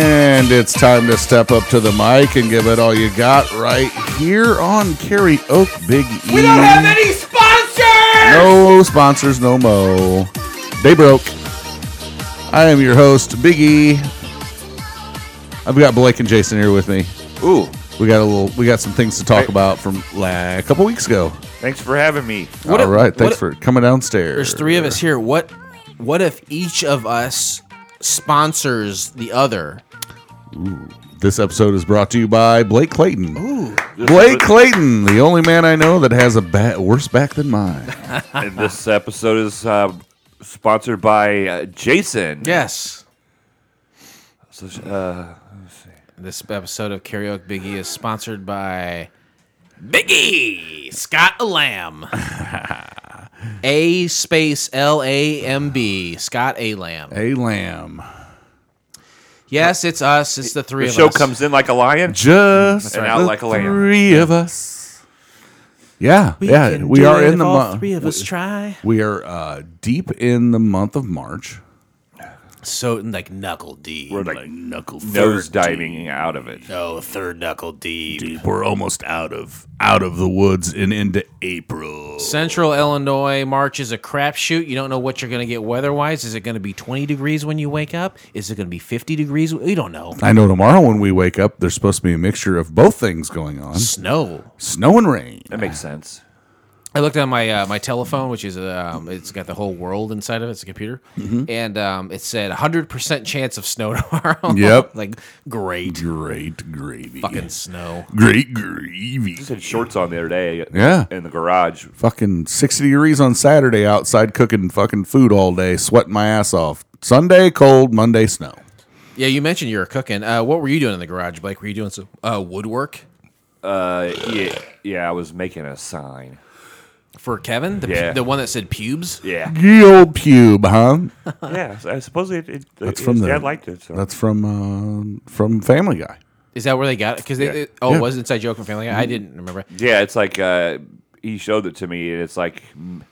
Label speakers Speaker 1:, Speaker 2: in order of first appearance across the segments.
Speaker 1: it's time to step up to the mic and give it all you got right here on Karaoke Big E.
Speaker 2: We don't have any sponsors!
Speaker 1: No sponsors, no mo. They broke. I am your host, Big E. I've got Blake and Jason here with me.
Speaker 2: Ooh,
Speaker 1: We got a little. We got some things to talk
Speaker 2: Hey.
Speaker 1: about from la- a couple weeks ago.
Speaker 2: thanks for having me.
Speaker 1: All
Speaker 3: What
Speaker 1: right,
Speaker 3: if-
Speaker 1: thanks
Speaker 3: what
Speaker 1: for coming downstairs.
Speaker 3: There's three of us here. What what if each of us sponsors the other?
Speaker 1: This episode is brought to you by Blake Clayton. Blake Clayton, the only man I know that has a ba- worse back than mine.
Speaker 2: And this episode is uh, sponsored by uh, Jason.
Speaker 3: Yes.
Speaker 2: So, uh,
Speaker 3: This episode of Karaoke Biggie is sponsored by Biggie Scott Lamb. A space L A M B Scott A Lamb.
Speaker 1: A lamb.
Speaker 3: Yes, it's us. It's the three
Speaker 2: the
Speaker 3: of
Speaker 2: show
Speaker 3: us.
Speaker 2: comes in like a lion.
Speaker 1: Just
Speaker 2: And out
Speaker 1: the
Speaker 2: like a lamb.
Speaker 1: three of us. Yeah, yeah, we are in the month.
Speaker 3: try.
Speaker 1: We are uh, deep in the month of March.
Speaker 3: So like knuckle deep.
Speaker 2: We're like
Speaker 1: Knuckle
Speaker 2: nose diving out of it.
Speaker 3: oh, third knuckle deep.
Speaker 1: We're almost out of out of the woods and into April.
Speaker 3: Central Illinois, March is a crapshoot. You don't know what you're going to get weather wise. Is it going to be 20 degrees when you wake up? Is it going to be 50 degrees? We don't know.
Speaker 1: I know tomorrow when we wake up, there's supposed to be a mixture of both things going on:
Speaker 3: Snow.
Speaker 1: snow and rain.
Speaker 2: That makes sense.
Speaker 3: I looked on my uh, my telephone, which is um, it's got the whole world inside of it. It's a computer, and um, it said 100 percent chance of snow tomorrow.
Speaker 1: Yep.
Speaker 3: like great
Speaker 1: Great gravy.
Speaker 3: fucking snow.
Speaker 1: great gravy.
Speaker 2: Just had shorts on the other day.
Speaker 1: Yeah.
Speaker 2: In the garage.
Speaker 1: Fucking 60 degrees on Saturday outside cooking fucking food all day, sweating my ass off. Sunday cold, Monday snow.
Speaker 3: Yeah, you mentioned you were cooking. Uh, what were you doing in the garage, Blake? Were you doing some uh, woodwork
Speaker 2: Uh, yeah, yeah, I was making a sign.
Speaker 3: for Kevin? The, pu-
Speaker 2: Yeah.
Speaker 3: the one that said pubes.
Speaker 2: Yeah.
Speaker 1: Ye old pube, huh?
Speaker 2: yeah. I suppose it, it,
Speaker 1: That's
Speaker 2: it-
Speaker 1: from
Speaker 2: his
Speaker 1: the-
Speaker 2: dad liked it. So.
Speaker 1: That's from uh, from Family Guy.
Speaker 3: Is that where they got it? Because
Speaker 2: Yeah.
Speaker 3: they it, oh,
Speaker 1: Yeah.
Speaker 3: it was Inside Joke from Family Guy. I didn't remember.
Speaker 2: Yeah, it's like uh, he showed it to me, and it's like m-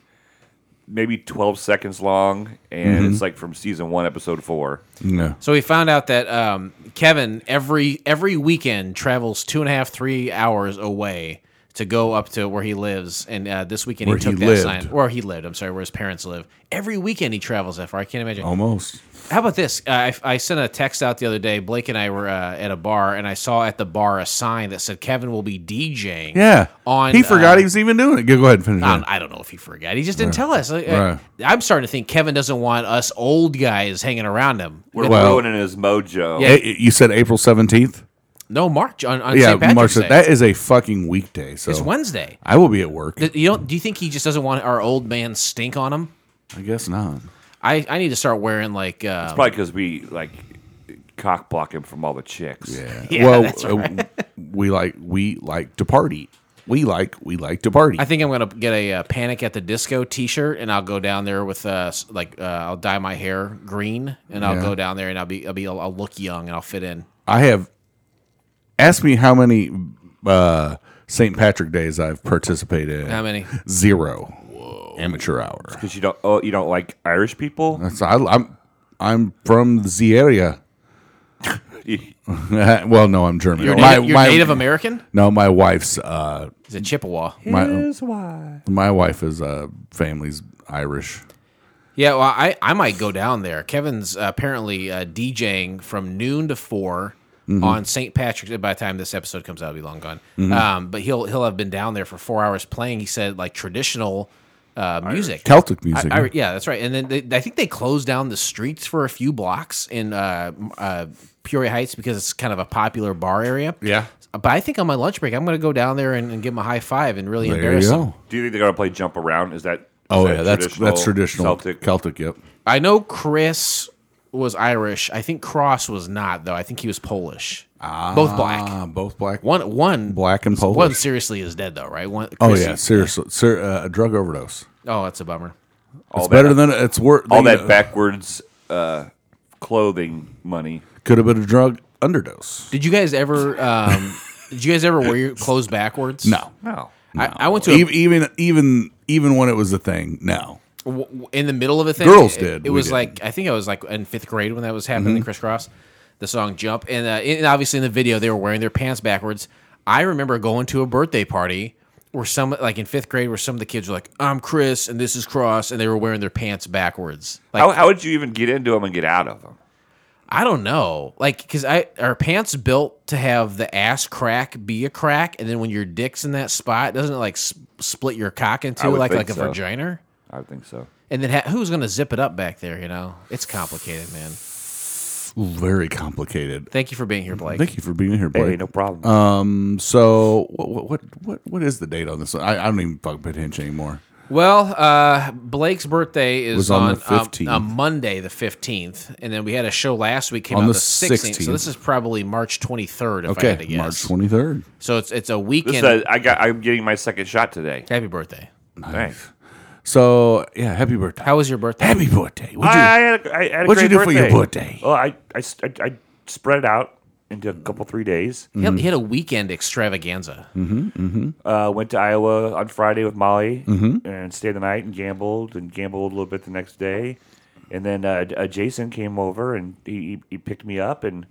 Speaker 2: maybe twelve seconds long, and
Speaker 1: Mm-hmm.
Speaker 2: it's like from season one, episode four.
Speaker 1: No.
Speaker 3: So we found out that um, Kevin every every weekend travels two and a half three hours away to go up to where he lives, and uh, this weekend
Speaker 1: Where
Speaker 3: he took
Speaker 1: he
Speaker 3: that
Speaker 1: lived.
Speaker 3: sign where he lived. I'm sorry, where his parents live. Every weekend he travels that far. I can't
Speaker 1: Oh.
Speaker 3: imagine.
Speaker 1: Almost.
Speaker 3: How about this? Uh, I, I sent a text out the other day. Blake and I were uh, at a bar, and I saw at the bar a sign that said Kevin will be DJing.
Speaker 1: Yeah.
Speaker 3: On
Speaker 1: he forgot
Speaker 3: uh,
Speaker 1: he was even doing it. Go, go ahead and finish
Speaker 3: I
Speaker 1: it.
Speaker 3: don't, I don't know if he forgot. He just didn't tell us. Like,
Speaker 1: Right.
Speaker 3: I, I'm starting to think Kevin doesn't want us old guys hanging around him.
Speaker 2: We're
Speaker 1: Well-
Speaker 2: ruining his mojo.
Speaker 3: Yeah.
Speaker 1: Eh, You said April 17th?
Speaker 3: No, March on, on
Speaker 1: Yeah,
Speaker 3: St. Patrick's
Speaker 1: March.
Speaker 3: Day.
Speaker 1: That is a fucking weekday. So
Speaker 3: it's Wednesday.
Speaker 1: I will be at work.
Speaker 3: Th- You don't? Do you think he just doesn't want our old man stink on him?
Speaker 1: I guess not.
Speaker 3: I, I need to start wearing like uh,
Speaker 2: Probably because we like cock block him from all the chicks.
Speaker 1: Yeah.
Speaker 3: Yeah,
Speaker 1: well,
Speaker 3: that's
Speaker 1: uh, we like we like to party. We like we like to party.
Speaker 3: I think I'm gonna get a uh, Panic at the Disco T-shirt, and I'll go down there with uh, s- like uh, I'll dye my hair green, and I'll
Speaker 1: Yeah.
Speaker 3: go down there, and I'll be I'll be I'll, I'll look young, and I'll fit in.
Speaker 1: I have ask me how many uh St. Patrick days I've participated in.
Speaker 3: How many?
Speaker 1: Zero. Amateur hour.
Speaker 2: Because you don't, oh, you don't like Irish people.
Speaker 1: That's I, I'm I'm from the area.
Speaker 2: You-
Speaker 1: well, no, I'm German.
Speaker 3: You're,
Speaker 1: my,
Speaker 3: native, you're
Speaker 1: my-
Speaker 3: Native American?
Speaker 1: No, my wife's uh
Speaker 3: Is it Chippewa?
Speaker 1: my
Speaker 2: why.
Speaker 1: my wife is uh family's Irish.
Speaker 3: Yeah, well, I, I might go down there. Kevin's uh, apparently uh, DJing from noon to 4
Speaker 1: Mm-hmm.
Speaker 3: on St. Patrick's. By the time this episode comes out, it'll be long gone. Um, but he'll he'll have been down there for four hours playing. He said like traditional uh, music.
Speaker 1: Celtic music.
Speaker 3: I, yeah, that's right. And then they, I think they closed down the streets for a few blocks in uh, uh, Peoria Heights because it's kind of a popular bar area.
Speaker 1: Yeah.
Speaker 3: But I think on my lunch break, I'm going to go down there and, and give him a high five and really
Speaker 1: there you
Speaker 3: embarrass him.
Speaker 1: go.
Speaker 2: Do you think they're gonna play jump around? Is that? is
Speaker 1: Oh
Speaker 2: that
Speaker 1: yeah, that's that's traditional
Speaker 2: Celtic.
Speaker 1: Celtic yep.
Speaker 3: I know Chris was Irish. I think Cross was not though. I think he was Polish. Both black.
Speaker 1: Uh, both black,
Speaker 3: One one
Speaker 1: black and Polish.
Speaker 3: one seriously is dead though, right? One
Speaker 1: oh
Speaker 3: Chris-
Speaker 1: yeah, seriously, Ser- uh, a drug overdose.
Speaker 3: Oh, that's a bummer.
Speaker 2: all
Speaker 1: It's
Speaker 2: that,
Speaker 1: better than it's worth.
Speaker 2: all that backwards uh, clothing money.
Speaker 1: could have been a drug underdose.
Speaker 3: Did you guys ever um did you guys ever wear your clothes backwards?
Speaker 1: No,
Speaker 2: No.
Speaker 3: I, I went to a,
Speaker 1: even even even even when it was a thing. No,
Speaker 3: w- w- in the middle of a thing.
Speaker 1: Girls
Speaker 3: it-
Speaker 1: did, we
Speaker 3: It was
Speaker 1: didn't.
Speaker 3: like I think I was like in fifth grade when that was happening. Crisscross. the song "Jump," and uh, and obviously in the video they were wearing their pants backwards. I remember going to a birthday party where some, like in fifth grade, where some of the kids were like, "I'm Chris and this is Cross," and they were wearing their pants backwards. Like
Speaker 2: How, how would you even get into them and get out of them?
Speaker 3: I don't know, like because I are pants built to have the ass crack be a crack, and then when your dick's in that spot, doesn't it like sp- split your cock into
Speaker 2: I would
Speaker 3: like
Speaker 2: think
Speaker 3: like a
Speaker 2: so.
Speaker 3: vagina?
Speaker 2: I would think so.
Speaker 3: And then ha- who's gonna zip it up back there? You know, it's complicated, man.
Speaker 1: Very complicated.
Speaker 3: Thank you for being here, Blake.
Speaker 1: Thank you for being here, Blake.
Speaker 2: Hey, no problem.
Speaker 1: Um, So what what what what is the date on this? I, I don't even fucking pay attention anymore.
Speaker 3: Well, uh, Blake's birthday is
Speaker 1: Was on
Speaker 3: on,
Speaker 1: the
Speaker 3: um,
Speaker 1: 15th.
Speaker 3: on Monday, the fifteenth, and then we had a show last week came
Speaker 1: On
Speaker 3: out
Speaker 1: the
Speaker 3: the sixteenth.
Speaker 1: 16th.
Speaker 3: So this is probably March twenty third, if I had to
Speaker 1: Okay,
Speaker 3: guess.
Speaker 1: March twenty third.
Speaker 3: so it's it's a
Speaker 2: this
Speaker 3: weekend.
Speaker 2: says- uh, I got. I'm getting my second shot today.
Speaker 3: Happy birthday!
Speaker 2: Thanks.
Speaker 1: So yeah, happy birthday.
Speaker 3: How was your birthday?
Speaker 1: happy birthday. Would
Speaker 2: I,
Speaker 1: you?
Speaker 2: I had a, I had a
Speaker 1: What'd you
Speaker 2: great
Speaker 1: do for your birthday?
Speaker 2: Well, I, I s- I- I spread it out into a couple three days.
Speaker 3: He had- He
Speaker 1: Mm.
Speaker 3: had a weekend extravaganza.
Speaker 2: Uh, went to Iowa on Friday with Molly
Speaker 1: Mm-hmm.
Speaker 2: and stayed the night and gambled and gambled a little bit the next day. And then uh, uh, Jason came over and he, he, he picked me up and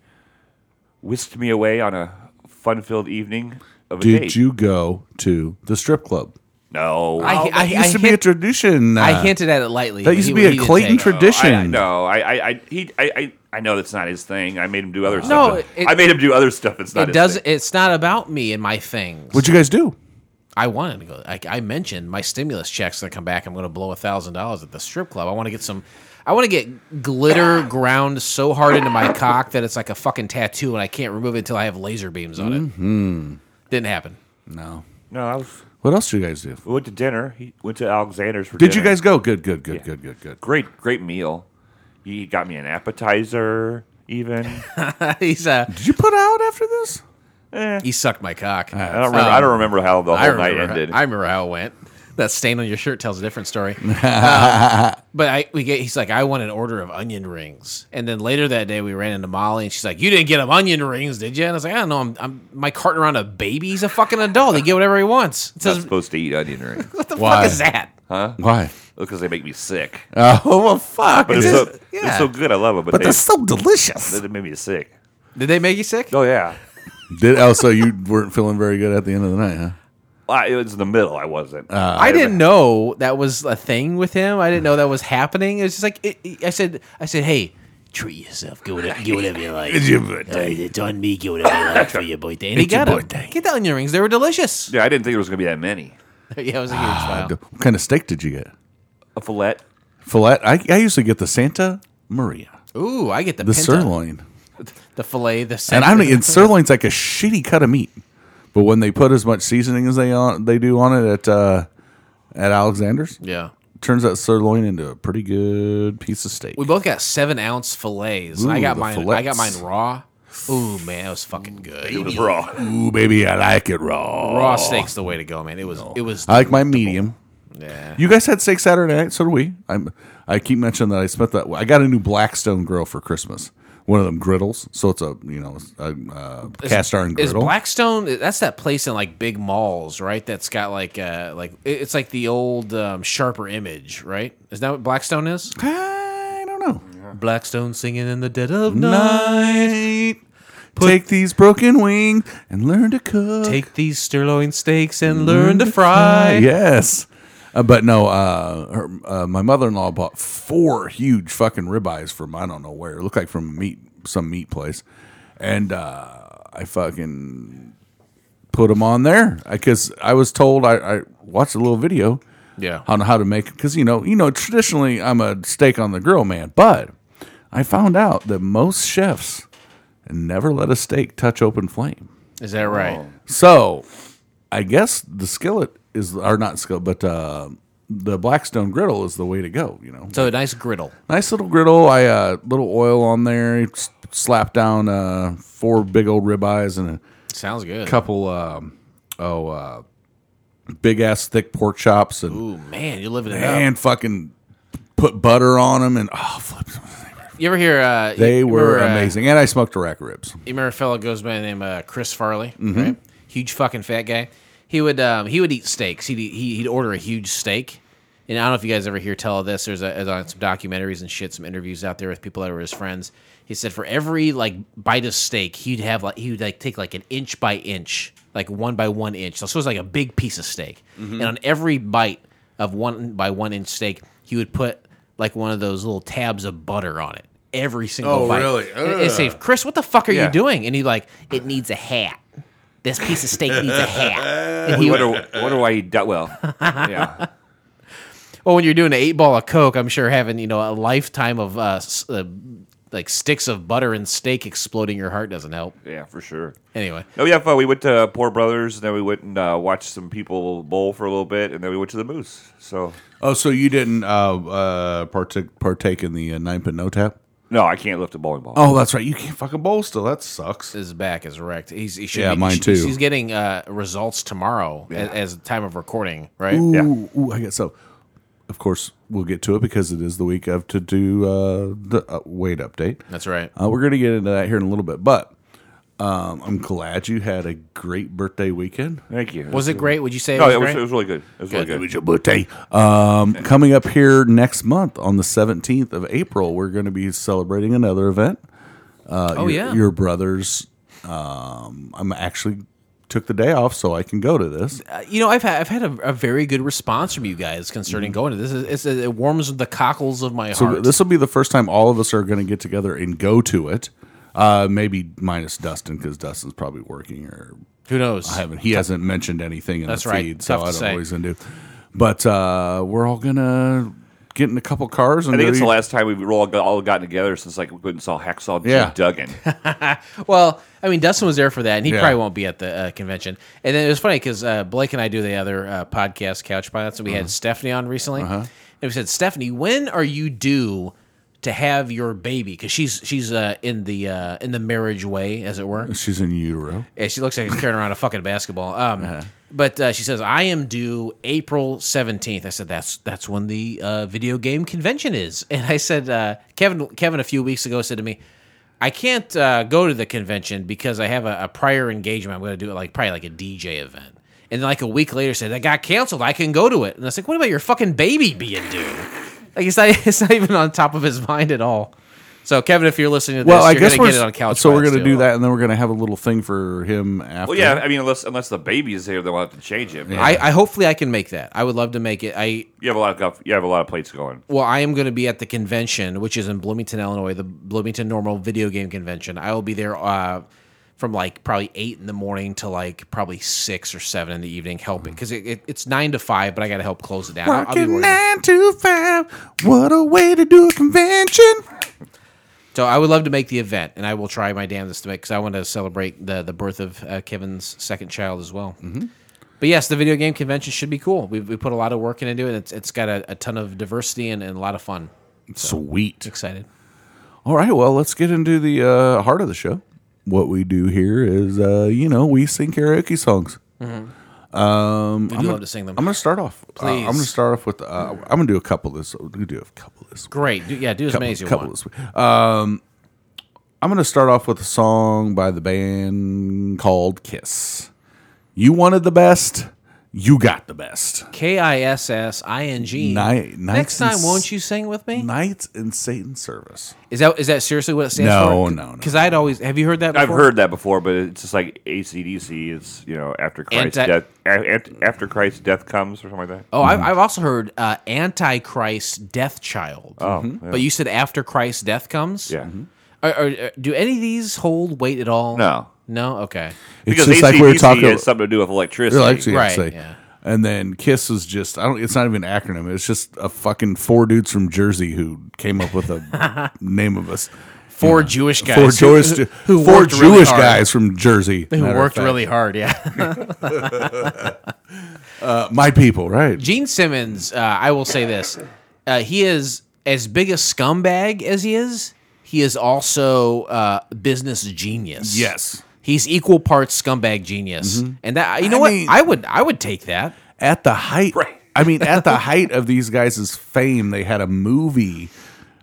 Speaker 2: whisked me away on a fun filled evening of a
Speaker 1: Did
Speaker 2: date.
Speaker 1: you go to the strip club?
Speaker 2: No.
Speaker 3: I-
Speaker 1: Oh, that used to be a
Speaker 3: hint-
Speaker 1: tradition.
Speaker 3: I
Speaker 1: uh,
Speaker 3: hinted at it lightly.
Speaker 1: That
Speaker 3: but
Speaker 1: used to
Speaker 3: he-
Speaker 1: be
Speaker 3: he
Speaker 1: a
Speaker 3: didn't
Speaker 1: Clayton
Speaker 3: take Oh, it.
Speaker 1: tradition.
Speaker 2: I, I, no, I, I, I, he, I, I, I know that's not his thing. I made him do other
Speaker 3: No,
Speaker 2: stuff.
Speaker 3: it-
Speaker 2: I made him do other stuff. It's not.
Speaker 3: It
Speaker 2: his
Speaker 3: does.
Speaker 2: thing.
Speaker 3: It's not about me and my things.
Speaker 1: What'd you guys do?
Speaker 3: I wanted to go. I, I mentioned my stimulus checks that come back. I'm going to blow a thousand dollars at the strip club. I want to get some. I want to get glitter ground so hard into my cock that it's like a fucking tattoo, and I can't remove it until I have laser beams on it.
Speaker 2: Mm-hmm.
Speaker 3: Didn't happen.
Speaker 1: No.
Speaker 2: No, I was,
Speaker 1: What else did you guys do?
Speaker 2: we went to dinner. He went to Alexander's for
Speaker 1: Did you
Speaker 2: dinner.
Speaker 1: guys go? Good, good, good, good, good, good.
Speaker 2: Great, great meal. He got me an appetizer. Even
Speaker 3: he's uh,
Speaker 1: Did you put out after this?
Speaker 3: he sucked my cock. Um,
Speaker 2: I don't remember. I don't remember how the whole
Speaker 3: I
Speaker 2: night
Speaker 3: remember.
Speaker 2: Oh, ended.
Speaker 3: I remember how it went. That stain on your shirt tells a different story. Um, But I we get he's like, I want an order of onion rings. And then later that day we ran into Molly and she's like, You didn't get him onion rings, did you? And I was like, I don't know, I'm, I'm my carting around a baby, he's a fucking adult. He get whatever he wants. It
Speaker 2: I'm
Speaker 3: says
Speaker 2: not supposed to eat onion rings
Speaker 3: what the
Speaker 1: Why?
Speaker 3: fuck is that?
Speaker 1: Why?
Speaker 2: because they make me sick.
Speaker 1: Oh well, fuck.
Speaker 2: But
Speaker 1: it
Speaker 2: it's,
Speaker 1: is-
Speaker 2: so, it's so good. I love it, but,
Speaker 1: but
Speaker 2: they,
Speaker 1: that's so delicious.
Speaker 2: they made me sick.
Speaker 3: Did they make you sick?
Speaker 2: Oh yeah,
Speaker 1: Did oh, so you weren't feeling very good at the end of the night, huh?
Speaker 2: well, it was in the middle. I wasn't.
Speaker 3: I didn't know that was a thing with him. I didn't know that was happening. It was just like it, it- I said I said, Hey, treat yourself, get whatever get whatever you like.
Speaker 1: your birthday.
Speaker 3: It's on me, get whatever you like for your birthday. And he
Speaker 1: It's your
Speaker 3: got 'em.
Speaker 1: birthday.
Speaker 3: Get the onion rings. They were delicious.
Speaker 2: yeah, I didn't think there was gonna be that many.
Speaker 3: yeah, it was a huge smile.
Speaker 1: What kind of steak did you get?
Speaker 2: A fillet.
Speaker 1: Fillet. I, I usually get the Santa Maria,
Speaker 3: Ooh, I get the,
Speaker 1: the
Speaker 3: pinta,
Speaker 1: sirloin,
Speaker 3: the fillet, the
Speaker 1: and
Speaker 3: center.
Speaker 1: I'm and sirloin's like a shitty cut of meat, but when they put as much seasoning as they on, they do on it at uh, at Alexander's,
Speaker 3: yeah.
Speaker 1: turns that sirloin into a pretty good piece of steak.
Speaker 3: We both got seven ounce fillets. and I
Speaker 1: Ooh,
Speaker 3: got
Speaker 1: the
Speaker 3: mine. I got mine
Speaker 1: fillets.
Speaker 3: raw. Ooh man, it was fucking good.
Speaker 2: It was raw.
Speaker 1: Ooh, baby, I like it raw.
Speaker 3: raw steak's the way to go, man. It was. It was.
Speaker 1: I like my medium.
Speaker 3: yeah.
Speaker 1: You guys had steak Saturday night, so do we. I'm, I keep mentioning that I spent that. I got a new Blackstone grill for Christmas. One of them griddles, so it's a you know it's a, uh, cast iron
Speaker 3: Is
Speaker 1: griddle.
Speaker 3: Blackstone? That's that place in like big malls, right? That's got like uh like it- it's like the old um, sharper image, right? Is that what Blackstone is?
Speaker 1: I don't know.
Speaker 3: Blackstone singing in the dead of night.
Speaker 1: Night, take these broken wings and learn to cook.
Speaker 3: Take these sirloin steaks and learn to fry.
Speaker 1: Yes. Uh, but no, uh, her, uh, my mother in law bought four huge fucking ribeyes from I don't know where. It looked like from meat some meat place, and uh, I fucking put them on there because I was told I, I watched a little video
Speaker 3: Yeah.
Speaker 1: on how to make because you know you know traditionally I'm a steak on the grill man, but I found out that most chefs never let a steak touch open flame.
Speaker 3: Is that right?
Speaker 1: So, I guess the skillet is, or not skillet, but uh, the Blackstone griddle is the way to go. You know,
Speaker 3: So a nice griddle.
Speaker 1: nice little griddle. I uh, little oil on there. s- Slap down uh, four big old ribeyes and a
Speaker 3: Sounds good.
Speaker 1: couple. Um, oh, uh, big ass thick pork chops and
Speaker 3: Ooh man, you're living it up.
Speaker 1: and fucking put butter on them and oh, flips.
Speaker 3: You ever hear? Uh,
Speaker 1: They
Speaker 3: you
Speaker 1: were
Speaker 3: remember, uh,
Speaker 1: amazing. And I smoked a rack of ribs.
Speaker 3: you remember a fellow goes by the name uh, Chris Farley,
Speaker 1: Mm-hmm.
Speaker 3: right? Huge fucking fat guy. He would um, he would eat steaks. He'd eat- he, he'd order a huge steak, And I don't know if you guys ever hear tell of this. There's, a, there's on some documentaries and shit, some interviews out there with people that were his friends. He said for every like bite of steak, he'd have like he would like take like an inch by inch, like one by one inch. So it was like a big piece of steak,
Speaker 1: Mm-hmm.
Speaker 3: and on every bite of one by one inch steak, he would put like one of those little tabs of butter on it. Every single
Speaker 1: Oh,
Speaker 3: bite.
Speaker 1: really?
Speaker 3: And It's safe. Chris, what the fuck are
Speaker 2: Yeah.
Speaker 3: you doing? And he like, it needs a hat. This piece of steak needs a hat. And he,
Speaker 2: wonder,
Speaker 3: well,
Speaker 2: wonder why he done well. Yeah,
Speaker 3: when you're doing an eight ball of coke, I'm sure having you know a lifetime of uh, s- uh, like sticks of butter and steak exploding your heart doesn't help.
Speaker 2: yeah, for sure.
Speaker 3: Anyway,
Speaker 2: No, yeah, fun. We went to Poor Brothers, and then we went and uh, watched some people bowl for a little bit, and then we went to the Moose. So
Speaker 1: Oh, so you didn't uh, uh, partake, partake in the uh, nine pin no tap?
Speaker 2: no, I can't lift a bowling ball.
Speaker 1: Oh, that's right. You can't fucking bowl still. That sucks.
Speaker 3: his back is wrecked. He's he should
Speaker 1: Yeah,
Speaker 3: be- he
Speaker 1: mine
Speaker 3: should-
Speaker 1: too.
Speaker 3: He's getting uh, results tomorrow a- as, the time of recording, right?
Speaker 1: Ooh,
Speaker 2: Yeah.
Speaker 1: ooh, I guess so. Of course, we'll get to it because it is the week of to do uh, the uh, weight update.
Speaker 3: That's right.
Speaker 1: Uh, we're going to get into that here in a little bit, but um, I'm glad you had a great birthday weekend.
Speaker 2: Thank you.
Speaker 3: Was it great? Would you say it
Speaker 1: Oh,
Speaker 2: No,
Speaker 3: was
Speaker 2: it was,
Speaker 3: great?
Speaker 2: it was really good. It was really good.
Speaker 1: your birthday. Um, coming up here next month on the 17th of April, we're going to be celebrating another event. Uh,
Speaker 3: Oh,
Speaker 1: your,
Speaker 3: yeah.
Speaker 1: Your brother's. Um, I'm actually took the day off so I can go to this.
Speaker 3: Uh, you know, I've had I've had a, a very good response from you guys concerning going to this. It's, it's, it warms the cockles of my
Speaker 1: Mm-hmm. So
Speaker 3: heart.
Speaker 1: this will be the first time all of us are going to get together and go to it. Uh, maybe minus Dustin because Dustin's probably working or
Speaker 3: Who knows?
Speaker 1: I haven't. He hasn't mentioned anything in
Speaker 3: That's
Speaker 1: the
Speaker 3: right.
Speaker 1: feed,
Speaker 3: Tough
Speaker 1: so I
Speaker 3: to
Speaker 1: don't
Speaker 3: say.
Speaker 1: know what he's going to do. But uh, we're all going to get in a couple cars and
Speaker 2: I think it's
Speaker 1: go
Speaker 2: the
Speaker 1: eat-
Speaker 2: last time we've all, got, all gotten together since like we went and saw Hacksaw Jim
Speaker 1: Yeah.
Speaker 2: Duggan.
Speaker 3: Well, I mean, Dustin was there for that, and he
Speaker 1: Yeah.
Speaker 3: probably won't be at the uh, convention. And then it was funny because uh, Blake and I do the other uh, podcast, Couch Pilots, and we
Speaker 1: Uh-huh.
Speaker 3: had Stephanie on recently, and we said, Stephanie, when are you due to have your baby? Because she's she's uh, in the uh, in the marriage way, as it were.
Speaker 1: She's in utero.
Speaker 3: Yeah, she looks like she's carrying around a fucking basketball. Um,
Speaker 1: Uh-huh.
Speaker 3: But uh, she says, "I am due April seventeenth." I said, "That's that's when the uh, video game convention is." And I said, uh, "Kevin, Kevin, a few weeks ago said to me, I can't uh, go to the convention because I have a, a prior engagement. I'm going to do it like probably like a DJ event." And then like a week later, said that got canceled. I can go to it. And I was like, "What about your fucking baby being due?" Like it's not it's not even on top of his mind at all. So Kevin, if you're listening to this,
Speaker 1: Well, I
Speaker 3: you're
Speaker 1: guess
Speaker 3: gonna
Speaker 1: we're
Speaker 3: get it on couch.
Speaker 1: so we're
Speaker 3: Vibes
Speaker 1: going to
Speaker 3: too.
Speaker 1: do that, and then we're going to have a little thing for him after.
Speaker 2: Well, yeah, I mean, unless unless the baby is here, then we'll have to change him.
Speaker 3: I, I hopefully I can make that. I would love to make it. I
Speaker 2: You have a lot of you have a lot of plates going.
Speaker 3: well, I am going to be at the convention, which is in Bloomington, Illinois, the Bloomington Normal Video Game Convention. I will be there uh, from like probably eight in the morning to like probably six or seven in the evening, helping because it, it, it's nine to five, but I got to help close it down. I'll- I'll be
Speaker 1: Working
Speaker 3: working.
Speaker 1: nine to five. What a way to do a convention.
Speaker 3: So I would love to make the event, and I will try my damnedest to make because I want to celebrate the the birth of uh, Kevin's second child as well. But yes, the video game convention should be cool. We we put a lot of work into it. It's it's got a, a ton of diversity and, and a lot of fun.
Speaker 1: Sweet.
Speaker 3: Excited.
Speaker 1: All right, well, let's get into the uh, heart of the show. What we do here is, uh, you know, we sing karaoke songs.
Speaker 3: We do love to sing them.
Speaker 1: I'm going to start off. Uh, I'm
Speaker 3: Please.
Speaker 1: going to start off with. Uh, I'm going to do a couple this. We can do a couple this.
Speaker 3: Great. Do, yeah, do as many as you
Speaker 1: couple
Speaker 3: want.
Speaker 1: this week. Um, I'm going to start off with a song by the band called Kiss. You wanted the best. You got the best.
Speaker 3: K I S S I N G.
Speaker 1: Ni-
Speaker 3: Next
Speaker 1: nice and
Speaker 3: time, won't you sing with me?
Speaker 1: Knights in Satan's service.
Speaker 3: Is that is that seriously what it stands
Speaker 1: No,
Speaker 3: for?
Speaker 1: no, no.
Speaker 3: Because I'd always have you heard that? Before?
Speaker 2: I've heard that before, but it's just like ACDC is you know after Christ's
Speaker 3: Anti-
Speaker 2: death a- a- after Christ's death comes or something like that.
Speaker 3: Oh, I've,
Speaker 1: Mm-hmm.
Speaker 3: I've also heard uh, Antichrist Death Child. Oh,
Speaker 2: Mm-hmm.
Speaker 3: but you said after Christ's death comes.
Speaker 2: Yeah,
Speaker 1: Mm-hmm.
Speaker 3: Are, are, are- do any of these hold weight at all?
Speaker 2: No.
Speaker 3: No. Okay.
Speaker 2: because
Speaker 1: it's just
Speaker 2: ACDC
Speaker 1: like we were talking.
Speaker 2: has something to do with electricity.
Speaker 1: Actually,
Speaker 3: Right,
Speaker 1: say.
Speaker 3: yeah.
Speaker 1: And then Kiss is just I don't. It's not even an acronym. It's just a fucking four dudes from Jersey who came up with a name of us.
Speaker 3: Four Jewish guys.
Speaker 1: Four Jewish,
Speaker 3: who, who
Speaker 1: four
Speaker 3: worked really
Speaker 1: Jewish
Speaker 3: hard.
Speaker 1: guys from Jersey
Speaker 3: who
Speaker 1: matter of
Speaker 3: worked
Speaker 1: fact.
Speaker 3: really hard. Yeah.
Speaker 1: Uh, my people, right?
Speaker 3: Gene Simmons, uh, I will say this: uh, he is as big a scumbag as he is. He is also uh, business genius.
Speaker 1: Yes.
Speaker 3: he's equal parts scumbag genius, and that you know
Speaker 1: I
Speaker 3: what?
Speaker 1: mean-
Speaker 3: I would I would take that.
Speaker 1: At the height, I mean, at the height of these guys' fame, they had a movie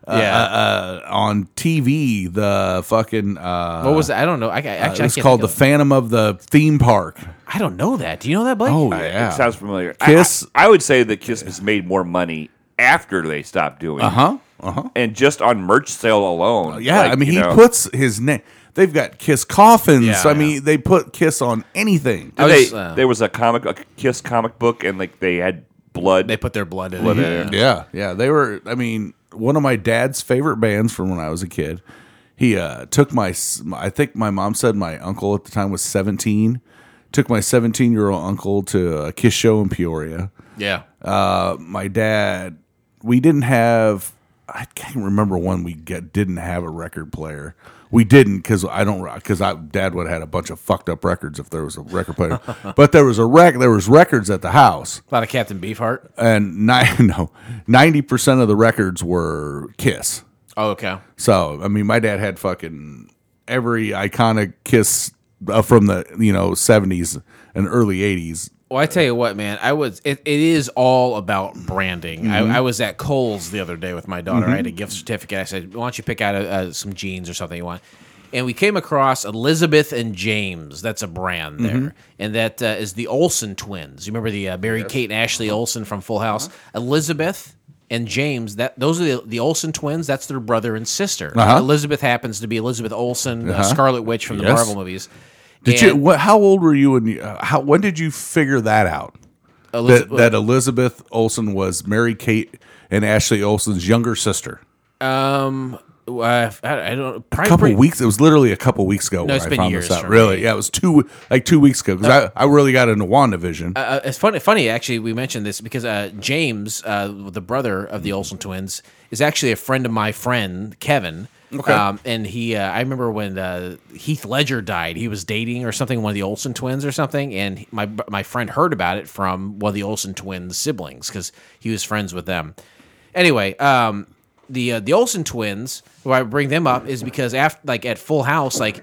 Speaker 1: Uh,
Speaker 3: Yeah.
Speaker 1: uh, uh, on TV, the fucking uh,
Speaker 3: What was that? I don't know. I, I
Speaker 1: it
Speaker 3: actually I
Speaker 1: was
Speaker 3: can't
Speaker 1: called the
Speaker 3: think of
Speaker 1: Phantom of the Theme Park.
Speaker 3: it. I don't know that. Do you know that, Blake?
Speaker 1: Oh
Speaker 2: I-
Speaker 1: yeah,
Speaker 2: It sounds familiar. I-
Speaker 1: Kiss-
Speaker 2: I, I would say that Kiss has made more money after they stopped doing
Speaker 1: uh huh, uh huh.
Speaker 2: and just on merch sale alone.
Speaker 1: Yeah,
Speaker 2: like,
Speaker 1: I mean
Speaker 2: you
Speaker 1: he
Speaker 2: know,
Speaker 1: puts his name. They've got Kiss coffins.
Speaker 3: Yeah,
Speaker 1: I
Speaker 3: yeah.
Speaker 1: mean they put Kiss on anything.
Speaker 3: I
Speaker 2: they-
Speaker 3: was, uh,
Speaker 2: there was a comic, a Kiss comic book, and like they had blood.
Speaker 3: They put their blood in
Speaker 2: Blood
Speaker 3: it.
Speaker 2: in it.
Speaker 1: Yeah, yeah. They were. I mean, one of my dad's favorite bands from when I was a kid. He uh, took my. s- I think my mom said my uncle at the time was seventeen. Took my seventeen-year-old uncle to a Kiss show in Peoria.
Speaker 3: Yeah.
Speaker 1: Uh, my dad. We didn't have. I can't remember when we get, didn't have a record player. We didn't because I don't because I dad would have had a bunch of fucked up records if there was a record player. but there was a rec. There was records at the house
Speaker 3: A lot of Captain Beefheart.
Speaker 1: and nine, no, ninety percent of the records were Kiss.
Speaker 3: Oh, okay.
Speaker 1: So I mean, my dad had fucking every iconic Kiss uh, from the you know seventies and early eighties.
Speaker 3: Well, I tell you what, man, I was it, it is all about branding.
Speaker 1: Mm-hmm.
Speaker 3: I, I was at Kohl's the other day with my daughter. I had a gift certificate. I said, "Why don't you pick out a, uh some jeans or something you want?" And we came across Elizabeth and James. That's a brand there,
Speaker 1: Mm-hmm.
Speaker 3: and that uh, is the Olsen twins. You remember the uh, Mary Kate and Ashley
Speaker 1: Uh-huh.
Speaker 3: Olsen from Full House? Elizabeth and James. That those are the, the Olsen twins. That's their brother and sister.
Speaker 1: Uh-huh.
Speaker 3: Elizabeth happens to be Elizabeth Olsen, uh, Scarlet Witch from the
Speaker 1: Yes.
Speaker 3: Marvel movies.
Speaker 1: Did you?
Speaker 3: And
Speaker 1: What, how old were you when you? Uh, how when did you figure that out?
Speaker 3: Eliz-
Speaker 1: That that Elizabeth Olsen was Mary Kate and Ashley Olsen's younger sister.
Speaker 3: Um, uh, I, I don't.
Speaker 1: A
Speaker 3: Probably
Speaker 1: couple weeks. It was literally a couple weeks ago. when
Speaker 3: it's
Speaker 1: I
Speaker 3: been
Speaker 1: found
Speaker 3: years
Speaker 1: this out.
Speaker 3: for
Speaker 1: Really?
Speaker 3: me.
Speaker 1: Yeah, it was two like two weeks ago because I, I really got into WandaVision.
Speaker 3: Uh, it's funny. Funny, actually, we mentioned this because uh, James, uh, the brother of the Olsen twins, is actually a friend of my friend Kevin.
Speaker 1: Okay.
Speaker 3: Um, and he, uh, I remember when uh, Heath Ledger died, he was dating or something one of the Olsen twins or something, and he- my my friend heard about it from one of the Olsen twins' siblings because he was friends with them. Anyway, um, the uh, the Olsen twins, why I bring them up is because after like at Full House, like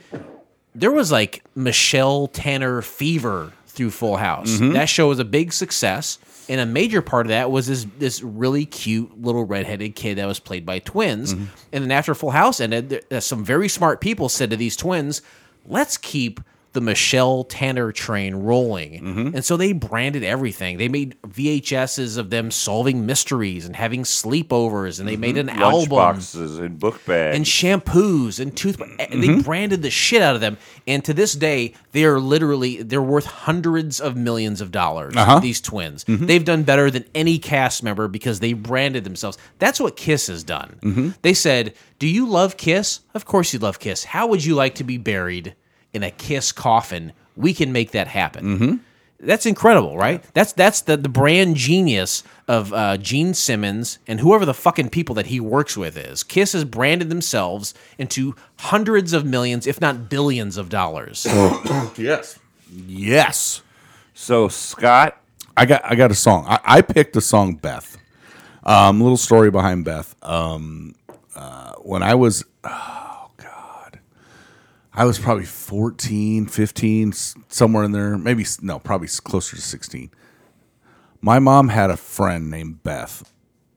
Speaker 3: there was like Michelle Tanner fever through Full House. That show was a big success, and a major part of that was this this really cute little redheaded kid that was played by twins. And then after Full House ended, there, uh, some very smart people said to these twins, "Let's keep." The Michelle Tanner train rolling. And so they branded everything. They made VHSs of them solving mysteries and having sleepovers, and they made an
Speaker 2: lunch
Speaker 3: album
Speaker 2: boxes and book bags.
Speaker 3: and shampoos and toothpaste. They branded the shit out of them, and to this day, they are literally they're worth hundreds of millions of dollars. These twins, they've done better than any cast member because they branded themselves. That's what Kiss has done. They said, "Do you love Kiss? Of course you love Kiss. How would you like to be buried in a Kiss coffin? We can make that happen." That's incredible, right? That's that's the, the brand genius of uh, Gene Simmons and whoever the fucking people that he works with is. Kiss has branded themselves into hundreds of millions, if not billions, of dollars.
Speaker 1: yes. Yes.
Speaker 2: so Scott,
Speaker 1: I got I got a song. I, I picked the song Beth. Um, little story behind Beth. Um, uh, when I was oh god, I was probably 14, 15, s- somewhere in there. Maybe s- no, probably s- closer to sixteen. My mom had a friend named Beth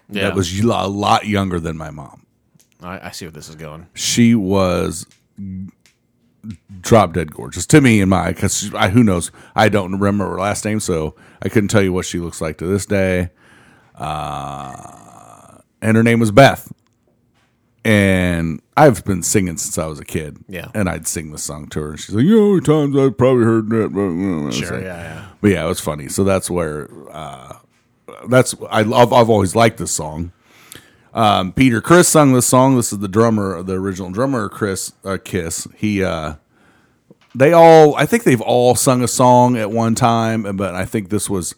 Speaker 3: yeah,
Speaker 1: that was y- a lot younger than my mom.
Speaker 3: I, I see where this is going.
Speaker 1: She was drop dead gorgeous to me and my because I who knows I don't remember her last name, so I couldn't tell you what she looks like to this day. Uh, and her name was Beth. And I've been singing since I was a kid.
Speaker 3: Yeah.
Speaker 1: And I'd sing the song to her. And she's like, you know, how many times I've probably heard that. blah, blah, blah." So-
Speaker 3: yeah.
Speaker 1: But yeah, it was funny. So that's where, uh, that's, I love, I've always liked this song. Um, Peter Chris sung this song. This is the drummer, the original drummer, Chris uh, Kiss. He, uh, they all i think they've all sung a song at one time but i think this was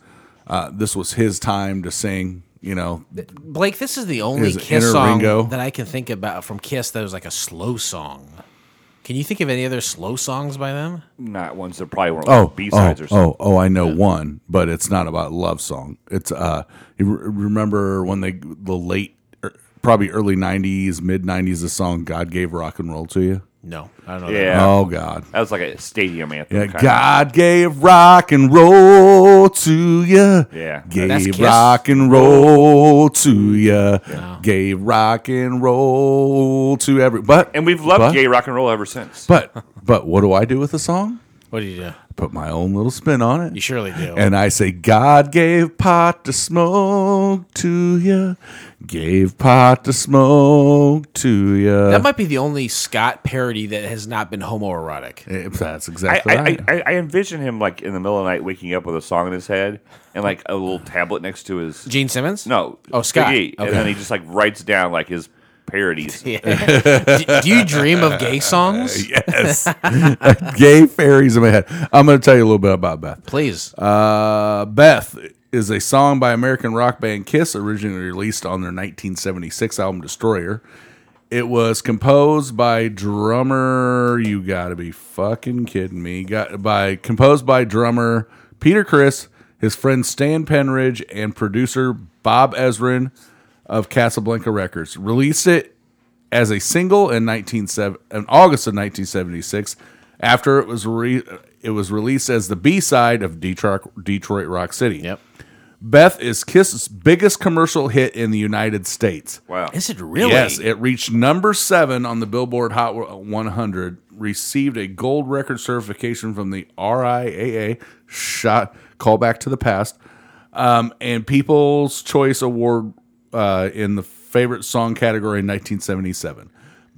Speaker 1: uh, this was his time to sing you know
Speaker 3: Blake, this is the only
Speaker 1: Is it
Speaker 3: Kiss
Speaker 1: Inner
Speaker 3: song
Speaker 1: Ringo?
Speaker 3: that I can think about from Kiss that was like a slow song. Can you think of any other slow songs by them?
Speaker 2: not ones that probably weren't like B sides
Speaker 1: oh,
Speaker 2: or something.
Speaker 1: oh oh i know one but it's not about love song it's uh you re- remember when they the late er, probably early 90s mid 90s the song god gave rock and roll to you
Speaker 3: No, I don't know. that.
Speaker 2: Yeah.
Speaker 1: Oh God.
Speaker 2: That was like a stadium anthem.
Speaker 1: Yeah,
Speaker 2: kinda.
Speaker 1: God gave rock and roll to you.
Speaker 2: Yeah.
Speaker 3: That's
Speaker 1: Gave
Speaker 3: Kiss.
Speaker 1: rock and roll to you. Gave rock and roll to every. But
Speaker 2: And we've loved
Speaker 1: but,
Speaker 2: gay rock and roll ever since.
Speaker 1: But but what do I do with the song?
Speaker 3: What do you do?
Speaker 1: Put my own little spin on it.
Speaker 3: You surely do.
Speaker 1: And I say, God gave pot to smoke to you. Gave pot to smoke to you.
Speaker 3: that might be the only Scott parody that has not been homoerotic.
Speaker 1: Eh, That's
Speaker 2: I,
Speaker 1: exactly
Speaker 2: I,
Speaker 1: right.
Speaker 2: I, I envision him like in the middle of the night waking up with a song in his head and like a little tablet next to his
Speaker 3: Gene Simmons?
Speaker 2: no
Speaker 3: Oh, Scott.
Speaker 2: Big E.
Speaker 3: Okay.
Speaker 2: and then he just like writes down like his parodies.
Speaker 3: do, do you dream of gay songs?
Speaker 1: yes. Gay fairies in my head. I'm going to tell you a little bit about Beth.
Speaker 3: Please.
Speaker 1: Uh, Beth is a song by American rock band Kiss, originally released on their 1976 album Destroyer. It was composed by drummer. You gotta be fucking kidding me! Got by composed by drummer Peter Chris, his friend Stan Penridge, and producer Bob Ezrin of Casablanca Records. Released it as a single in 19, in August of 1976. After it was re, it was released as the B side of Detroit, Detroit Rock City.
Speaker 3: Yep.
Speaker 1: Beth is Kiss's biggest commercial hit in the United States.
Speaker 2: Wow.
Speaker 3: Is it really?
Speaker 1: Yes, it reached number seven on the Billboard Hot 100. Received a gold record certification from the RIAA. Shot call back to the past, um, and People's Choice Award uh, in the favorite song category in 1977.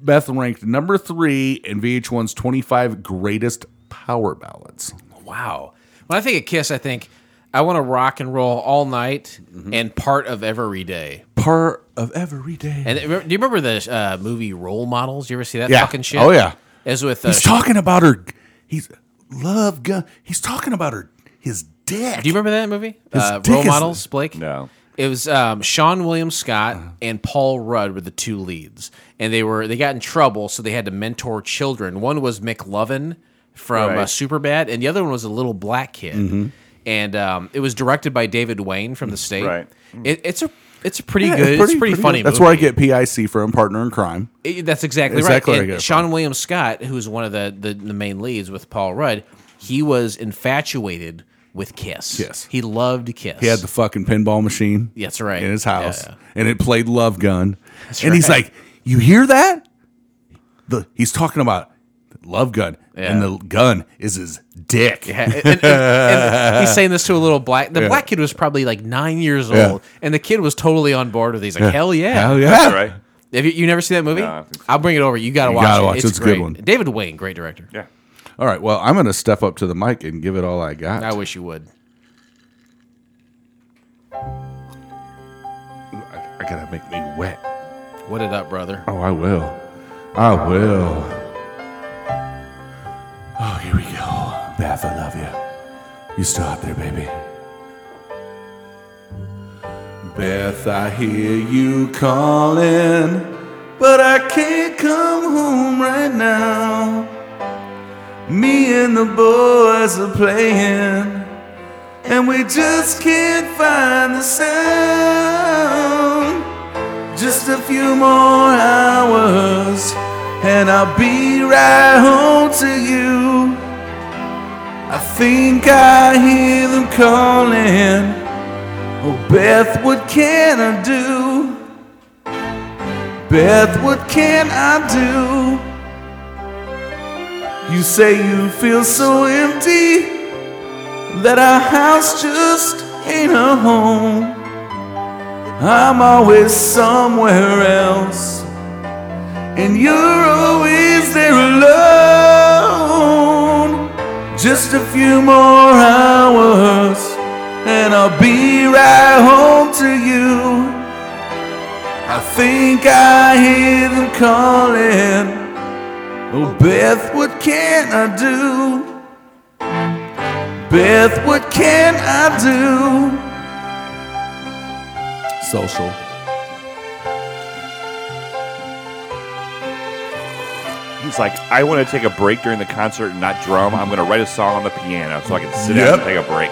Speaker 1: Beth ranked number three in VH1's 25 greatest power ballads.
Speaker 3: Wow. When I think of Kiss, I think I want to rock and roll all night and part of every day.
Speaker 1: Part of every day.
Speaker 3: And remember- do you remember the uh, movie Role Models? You ever see that
Speaker 1: Yeah.
Speaker 3: fucking shit?
Speaker 1: Oh, yeah.
Speaker 3: As with uh,
Speaker 1: he's talking about her. He's love gun. He's talking about her. His dick.
Speaker 3: Do you remember that movie?
Speaker 1: His
Speaker 3: Uh,
Speaker 1: dick
Speaker 3: Role
Speaker 1: is-
Speaker 3: models, Blake.
Speaker 2: No.
Speaker 3: It was um, Sean William Scott and Paul Rudd were the two leads, and they were they got in trouble, so they had to mentor children. One was McLovin from uh,
Speaker 2: Right.
Speaker 3: Superbad, and the other one was a little black kid.
Speaker 1: Mm-hmm.
Speaker 3: And um, it was directed by David Wayne from the state.
Speaker 2: Mm-hmm. Right.
Speaker 3: Mm. It, it's a it's a pretty
Speaker 1: Yeah,
Speaker 3: good, it's a pretty, funny.
Speaker 1: good. That's
Speaker 3: movie.
Speaker 1: where I get PIC from, partner in crime.
Speaker 3: It- that's exactly,
Speaker 1: Exactly where I
Speaker 3: right.
Speaker 1: get
Speaker 3: And
Speaker 1: it
Speaker 3: Sean William Scott, who's one of the, the the main leads with Paul Rudd, he was infatuated with Kiss.
Speaker 1: Yes.
Speaker 3: he loved Kiss.
Speaker 1: He had the fucking pinball machine.
Speaker 3: That's right.
Speaker 1: In his house,
Speaker 3: Yeah.
Speaker 1: and it played Love Gun. and he's
Speaker 3: right.
Speaker 1: like, "You hear that? The he's talking about Love Gun, and the gun is his dick."
Speaker 3: and, and- and he's saying this to a little black. The black kid was probably like nine years old,
Speaker 1: Yeah.
Speaker 3: and the kid was totally on board with. it. He's like, "Hell yeah!"
Speaker 1: Hell Oh, yeah!
Speaker 2: That's right.
Speaker 3: Have you, you never seen that movie?
Speaker 2: I don't think so.
Speaker 3: I'll bring it over. You gotta watch
Speaker 1: gotta
Speaker 3: it.
Speaker 1: watch it.
Speaker 3: It's,
Speaker 1: It's a good
Speaker 3: great.
Speaker 1: one.
Speaker 3: David Wayne, great director.
Speaker 2: Yeah.
Speaker 1: All right. Well, I'm gonna step up to the mic and give it all I got.
Speaker 3: I wish you would.
Speaker 1: I, I gotta make me wet.
Speaker 3: What it up, brother?
Speaker 1: Oh, I will. I will. Oh, here we go. Beth, I love you. You still out there, baby. Beth, I hear you calling, but I can't come home right now. Me and the boys are playing, and we just can't find the sound. Just a few more hours, and I'll be right home to you. I think I hear them calling. Oh, Beth, what can I do? Beth, what can I do? You say you feel so empty that our house just ain't a home. I'm always somewhere else, and you're always there alone. Just a few more hours, and I'll be right home to you. I think I hear them calling. Oh, Beth, what can I do? Beth, what can I do? social.
Speaker 2: He's like, I want to take a break during the concert and not drum. I'm going to write a song on the piano so I can sit
Speaker 1: Yep.
Speaker 2: down and take a break.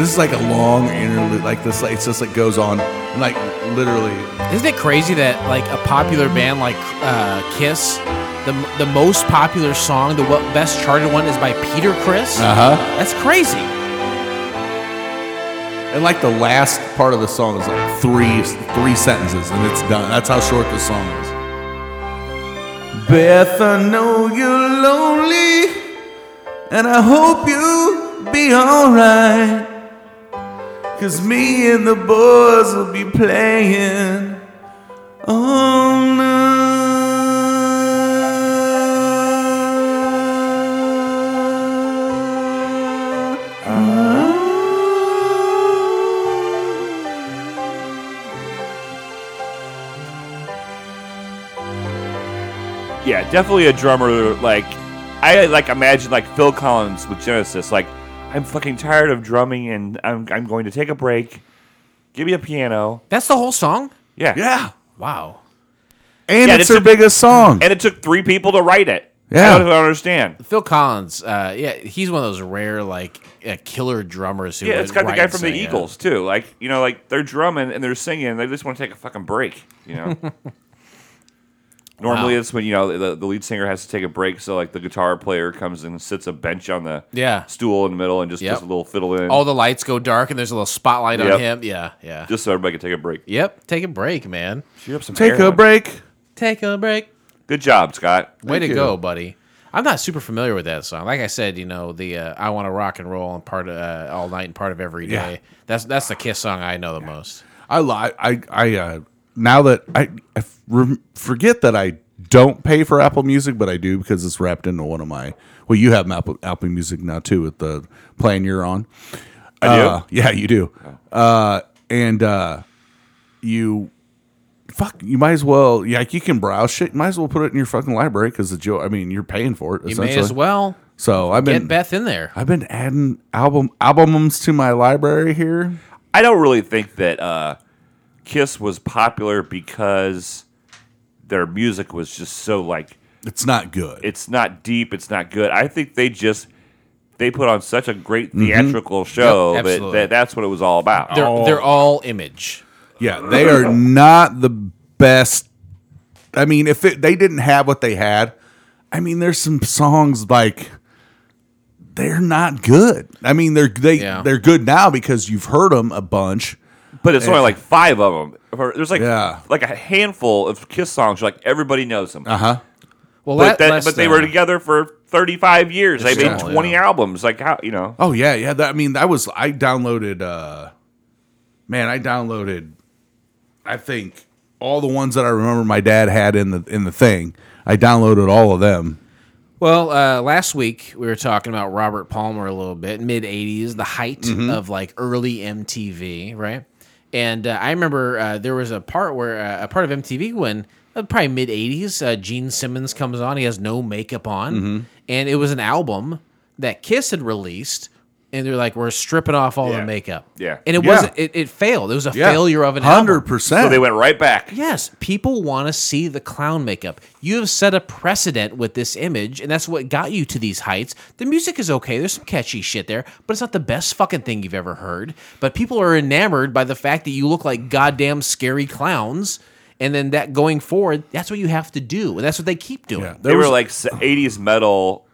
Speaker 1: this is like a long interlude, like this. Like, it's just like goes on, and like literally.
Speaker 3: Isn't it crazy that like a popular band like uh, Kiss, The, the most popular song, the what, best charted one, is by Peter Chris.
Speaker 1: Uh huh.
Speaker 3: That's crazy.
Speaker 1: And like the last part of the song is like three three sentences, and it's done. That's how short the song is. Beth, I know you're lonely, and I hope you be alright. Cause me and the boys will be playing all night.
Speaker 2: Yeah, definitely a drummer. Like, I like imagine like Phil Collins with Genesis. Like, I'm fucking tired of drumming, and I'm I'm going to take a break. Give me a piano.
Speaker 3: That's the whole song?
Speaker 2: Yeah,
Speaker 1: Yeah.
Speaker 3: Wow.
Speaker 1: And
Speaker 2: Yeah,
Speaker 1: it's
Speaker 2: it's
Speaker 1: her
Speaker 2: a-
Speaker 1: biggest song.
Speaker 2: And it took three people to write it.
Speaker 1: Yeah.
Speaker 2: I don't understand.
Speaker 3: Phil Collins, uh, yeah, he's one of those rare, like, uh, killer drummers who.
Speaker 2: Yeah,
Speaker 3: would
Speaker 2: it's got the
Speaker 3: write
Speaker 2: guy
Speaker 3: and
Speaker 2: from the
Speaker 3: sing, yeah.
Speaker 2: Eagles too. Like you know, like they're drumming and they're singing. They just want to take a fucking break. You know. Normally,
Speaker 3: Wow.
Speaker 2: it's when you know the, the lead singer has to take a break, so like the guitar player comes and sits a bench on the
Speaker 3: Yeah.
Speaker 2: stool in the middle and just
Speaker 3: Yep.
Speaker 2: puts a little fiddle in,
Speaker 3: All the lights go dark and there's a little spotlight
Speaker 2: Yep.
Speaker 3: on him. Yeah, yeah.
Speaker 2: just so everybody can take a break.
Speaker 3: Yep. Take a break, man.
Speaker 2: Shoot up some
Speaker 1: Take a
Speaker 2: heroin.
Speaker 1: break.
Speaker 3: Take a break.
Speaker 2: Good job, Scott.
Speaker 3: Way to
Speaker 1: you.
Speaker 3: go, buddy. I'm not super familiar with that song. Like I said, you know the uh, "I Want to Rock and Roll" and part of uh, all night and part of every
Speaker 1: Yeah.
Speaker 3: day. That's that's the Kiss song I know the most.
Speaker 1: I lie. I I uh, now that I, I f- rem- forget that I don't pay for Apple Music, but I do because it's wrapped into one of my. Well, you have Apple Apple Music now too with the plan you're on.
Speaker 2: I do? Oh.
Speaker 1: Uh, yeah, you do. Uh, and uh, you. Fuck, you might as well. Yeah, like you can browse shit. You might as well put it in your fucking library because the Joe. I mean, you're paying for it.
Speaker 3: You
Speaker 1: Essentially.
Speaker 3: may as well
Speaker 1: So I've
Speaker 3: get
Speaker 1: been
Speaker 3: Beth in there.
Speaker 1: I've been adding album albums to my library here.
Speaker 2: I don't really think that uh, Kiss was popular because their music was just so like
Speaker 1: It's not good.
Speaker 2: it's not deep, it's not good. I think they just they put on such a great
Speaker 1: Mm-hmm.
Speaker 2: theatrical show
Speaker 3: Yep,
Speaker 2: that,
Speaker 3: absolutely.
Speaker 2: that that's what it was all about.
Speaker 3: They're they're all image.
Speaker 1: Yeah, they are not the best. I mean, if it, they didn't have what they had, I mean, there's some songs like they're not good. I mean, they're they
Speaker 3: Yeah.
Speaker 1: they're good now because you've heard them a bunch.
Speaker 2: but it's only like five of them. There's like
Speaker 1: Yeah.
Speaker 2: like a handful of Kiss songs. Like everybody knows them.
Speaker 3: Uh-huh.
Speaker 1: huh.
Speaker 3: Well,
Speaker 2: But
Speaker 3: that,
Speaker 2: that, but they were together for 35 years. They made
Speaker 3: true,
Speaker 2: 20
Speaker 3: yeah.
Speaker 2: albums. Like how you know?
Speaker 1: Oh yeah, yeah. That, I mean, that was I downloaded. uh Man, I downloaded. I think all the ones that I remember my dad had in the in the thing. I downloaded all of them.
Speaker 3: Well, uh, last week we were talking about Robert Palmer a little bit, mid 80s, the height of like early MTV, right? And uh, I remember uh, there was a part where uh, a part of MTV when uh, probably mid 80s, uh, Gene Simmons comes on. He has no makeup on. And it was an album that Kiss had released. And they're like, we're stripping off all
Speaker 2: Yeah.
Speaker 3: the makeup.
Speaker 2: Yeah.
Speaker 3: And it
Speaker 1: Yeah.
Speaker 3: wasn't, it, it failed. It was a failure of an
Speaker 1: hundred
Speaker 3: album.
Speaker 1: percent.
Speaker 2: So they went right back.
Speaker 3: Yes, people want to see the clown makeup. You have set a precedent with this image, and that's what got you to these heights. The music is okay, there's some catchy shit there, but it's not the best fucking thing you've ever heard. But people are enamored by the fact that you look like goddamn scary clowns, and then that going forward, that's what you have to do, and that's what they keep doing.
Speaker 1: Yeah.
Speaker 3: Yeah,
Speaker 2: They were like s- 80s metal,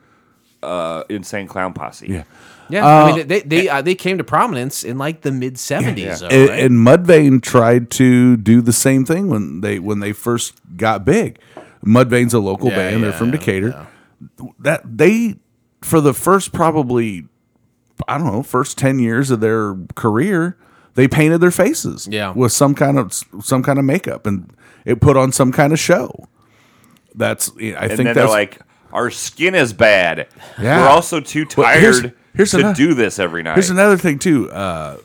Speaker 2: uh, insane clown posse.
Speaker 1: Yeah.
Speaker 3: I mean, they they uh, they came to prominence in like the mid '70s. though,
Speaker 1: and,
Speaker 3: right?
Speaker 1: and Mudvayne tried to do the same thing when they when they first got big. Mudvayne's a local
Speaker 3: Yeah,
Speaker 1: band; they're
Speaker 3: yeah,
Speaker 1: from
Speaker 3: yeah,
Speaker 1: Decatur. That they for the first probably I don't know first ten years of their career, they painted their faces
Speaker 3: Yeah.
Speaker 1: with some kind of some kind of makeup and it put on some kind of show. That's I
Speaker 2: And
Speaker 1: think
Speaker 2: then they're
Speaker 1: that's
Speaker 2: like, our skin is bad.
Speaker 1: Yeah.
Speaker 2: We're also too
Speaker 1: Well,
Speaker 2: tired
Speaker 1: here's- here's
Speaker 2: to
Speaker 1: another-
Speaker 2: do this every night.
Speaker 1: Here's another thing too. Uh,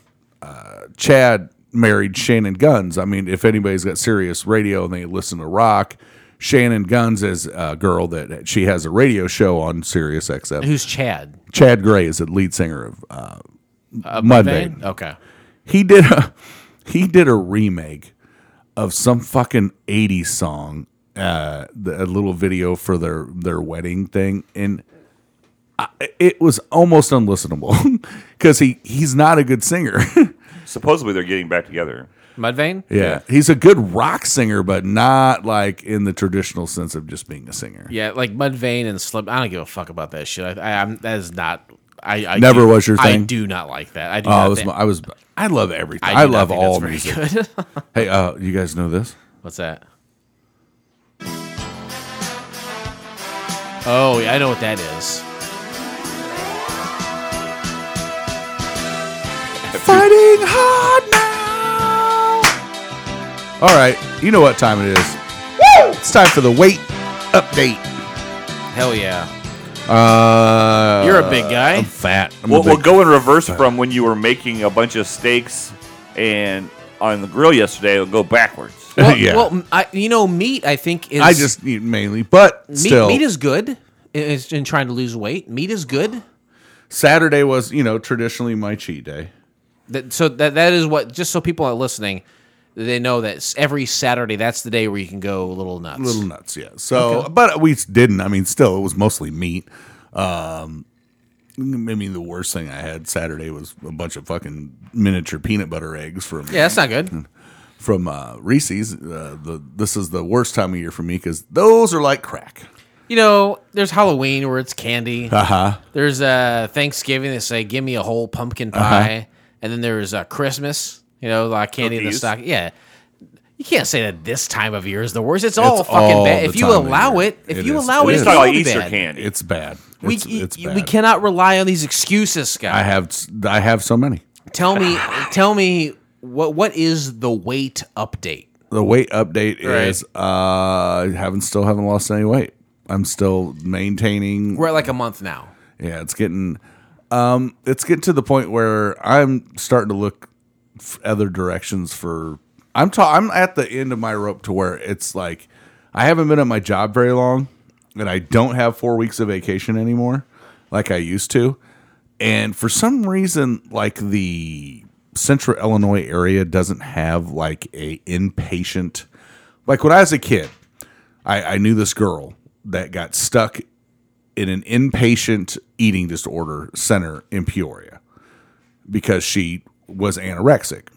Speaker 1: uh, Chad married Shannon Guns. I mean, if anybody's got serious radio and they listen to rock, Shannon Guns is a girl that she has a radio show on Sirius XM.
Speaker 3: Who's Chad?
Speaker 1: Chad Gray is the lead singer of uh, Mudvayne
Speaker 3: Okay.
Speaker 1: he did a he did a remake of some fucking 80s song uh the, a little video for their their wedding thing and I, it was almost unlistenable because he he's not a good singer
Speaker 2: Supposedly they're getting back together.
Speaker 3: Mudvayne?
Speaker 1: Yeah. he's a good rock singer, but not like in the traditional sense of just being a singer.
Speaker 3: Yeah, like Mudvayne and Slim. I don't give a fuck about that shit. I, I, I'm, that is not. I, I
Speaker 1: Never
Speaker 3: do-
Speaker 1: was your
Speaker 3: I
Speaker 1: thing?
Speaker 3: do not like that. I do
Speaker 1: Oh, I
Speaker 3: not.
Speaker 1: was,
Speaker 3: thi-
Speaker 1: I was, I love everything.
Speaker 3: do
Speaker 1: I,
Speaker 3: not
Speaker 1: love
Speaker 3: think that's
Speaker 1: all
Speaker 3: very
Speaker 1: music.
Speaker 3: good.
Speaker 1: Hey, uh, you guys know this?
Speaker 3: What's that? Oh, yeah, I know what that is.
Speaker 1: Fighting hard now. All right, you know what time it is. It's time for the weight update.
Speaker 3: Hell yeah.
Speaker 1: Uh,
Speaker 3: You're a big guy.
Speaker 1: I'm fat. I'm a
Speaker 2: We'll,
Speaker 1: big-
Speaker 2: we'll go in reverse from when you were making a bunch of steaks and on the grill yesterday. We'll go backwards.
Speaker 3: Well,
Speaker 1: Yeah.
Speaker 3: well m- I, you know, meat, I think, is.
Speaker 1: I just eat mainly, but
Speaker 3: Meat,
Speaker 1: still,
Speaker 3: meat is good in, in trying to lose weight. Meat is good.
Speaker 1: Saturday was you know traditionally my cheat day.
Speaker 3: That, so that that is what just so people are listening, they know that s- every Saturday that's the day where you can go a little nuts.
Speaker 1: little nuts yeah so but we didn't i mean still it was mostly meat um i mean the worst thing i had saturday was a bunch of fucking miniature peanut butter eggs from
Speaker 3: yeah, that's not good.
Speaker 1: from uh reese's uh, the this is the worst time of year for me because those are like crack
Speaker 3: You know, there's Halloween where it's candy. Uh huh. There's uh, Thanksgiving they say give me a whole pumpkin
Speaker 1: Uh-huh.
Speaker 3: pie, and then there's uh, Christmas. You know, like candy in the
Speaker 2: Cookies.
Speaker 3: stock. Yeah. You can't say that this time of year is the worst. It's all fucking
Speaker 1: all
Speaker 3: bad.
Speaker 1: the
Speaker 3: If you
Speaker 1: time of
Speaker 3: allow
Speaker 1: year.
Speaker 3: it, if
Speaker 1: It
Speaker 3: you
Speaker 1: is.
Speaker 3: allow
Speaker 1: It
Speaker 3: it,
Speaker 1: is.
Speaker 2: Let's
Speaker 3: it's
Speaker 2: talk
Speaker 3: all
Speaker 2: about
Speaker 3: bad.
Speaker 2: Easter candy.
Speaker 1: it's bad
Speaker 3: We,
Speaker 1: it's, it's bad
Speaker 3: we cannot rely on these excuses, Scott.
Speaker 1: i have s- i have so many
Speaker 3: tell me tell me what what is the weight update
Speaker 1: the weight update
Speaker 3: Right.
Speaker 1: is uh haven't still haven't lost any weight i'm still maintaining
Speaker 3: we're at like a month now
Speaker 1: Yeah, it's getting um it's getting to the point where I'm starting to look f- other directions for I'm ta- I'm at the end of my rope to where it's like I haven't been at my job very long and I don't have 4 weeks of vacation anymore like I used to. And for some reason like the central Illinois area doesn't have like a inpatient like when I was a kid I, I knew this girl that got stuck in an inpatient eating disorder center in Peoria because she was anorexic.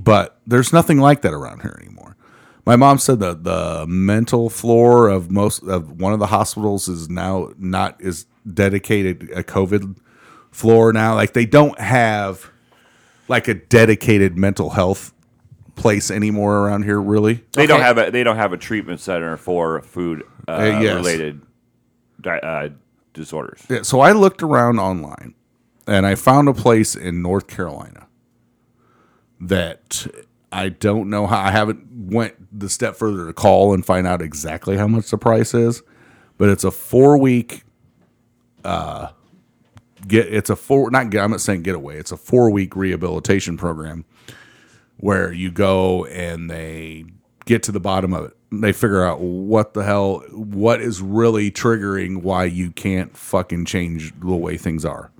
Speaker 1: But there's nothing like that around here anymore. My mom said that the mental floor of most of one of the hospitals is now not is dedicated a COVID floor now. Like they don't have like a dedicated mental health place anymore around here, really.
Speaker 2: They don't
Speaker 3: Okay.
Speaker 2: have a they don't have a treatment center for food uh,
Speaker 1: Uh, yes.
Speaker 2: related di- uh, disorders.
Speaker 1: Yeah, so I looked around online and I found a place in North Carolina that I don't know how I haven't went the step further to call and find out exactly how much the price is, but it's a 4 week uh get it's a four not get, I'm not saying getaway, it's a 4 week rehabilitation program where you go and they get to the bottom of it. They figure out what the hell, what is really triggering why you can't fucking change the way things are.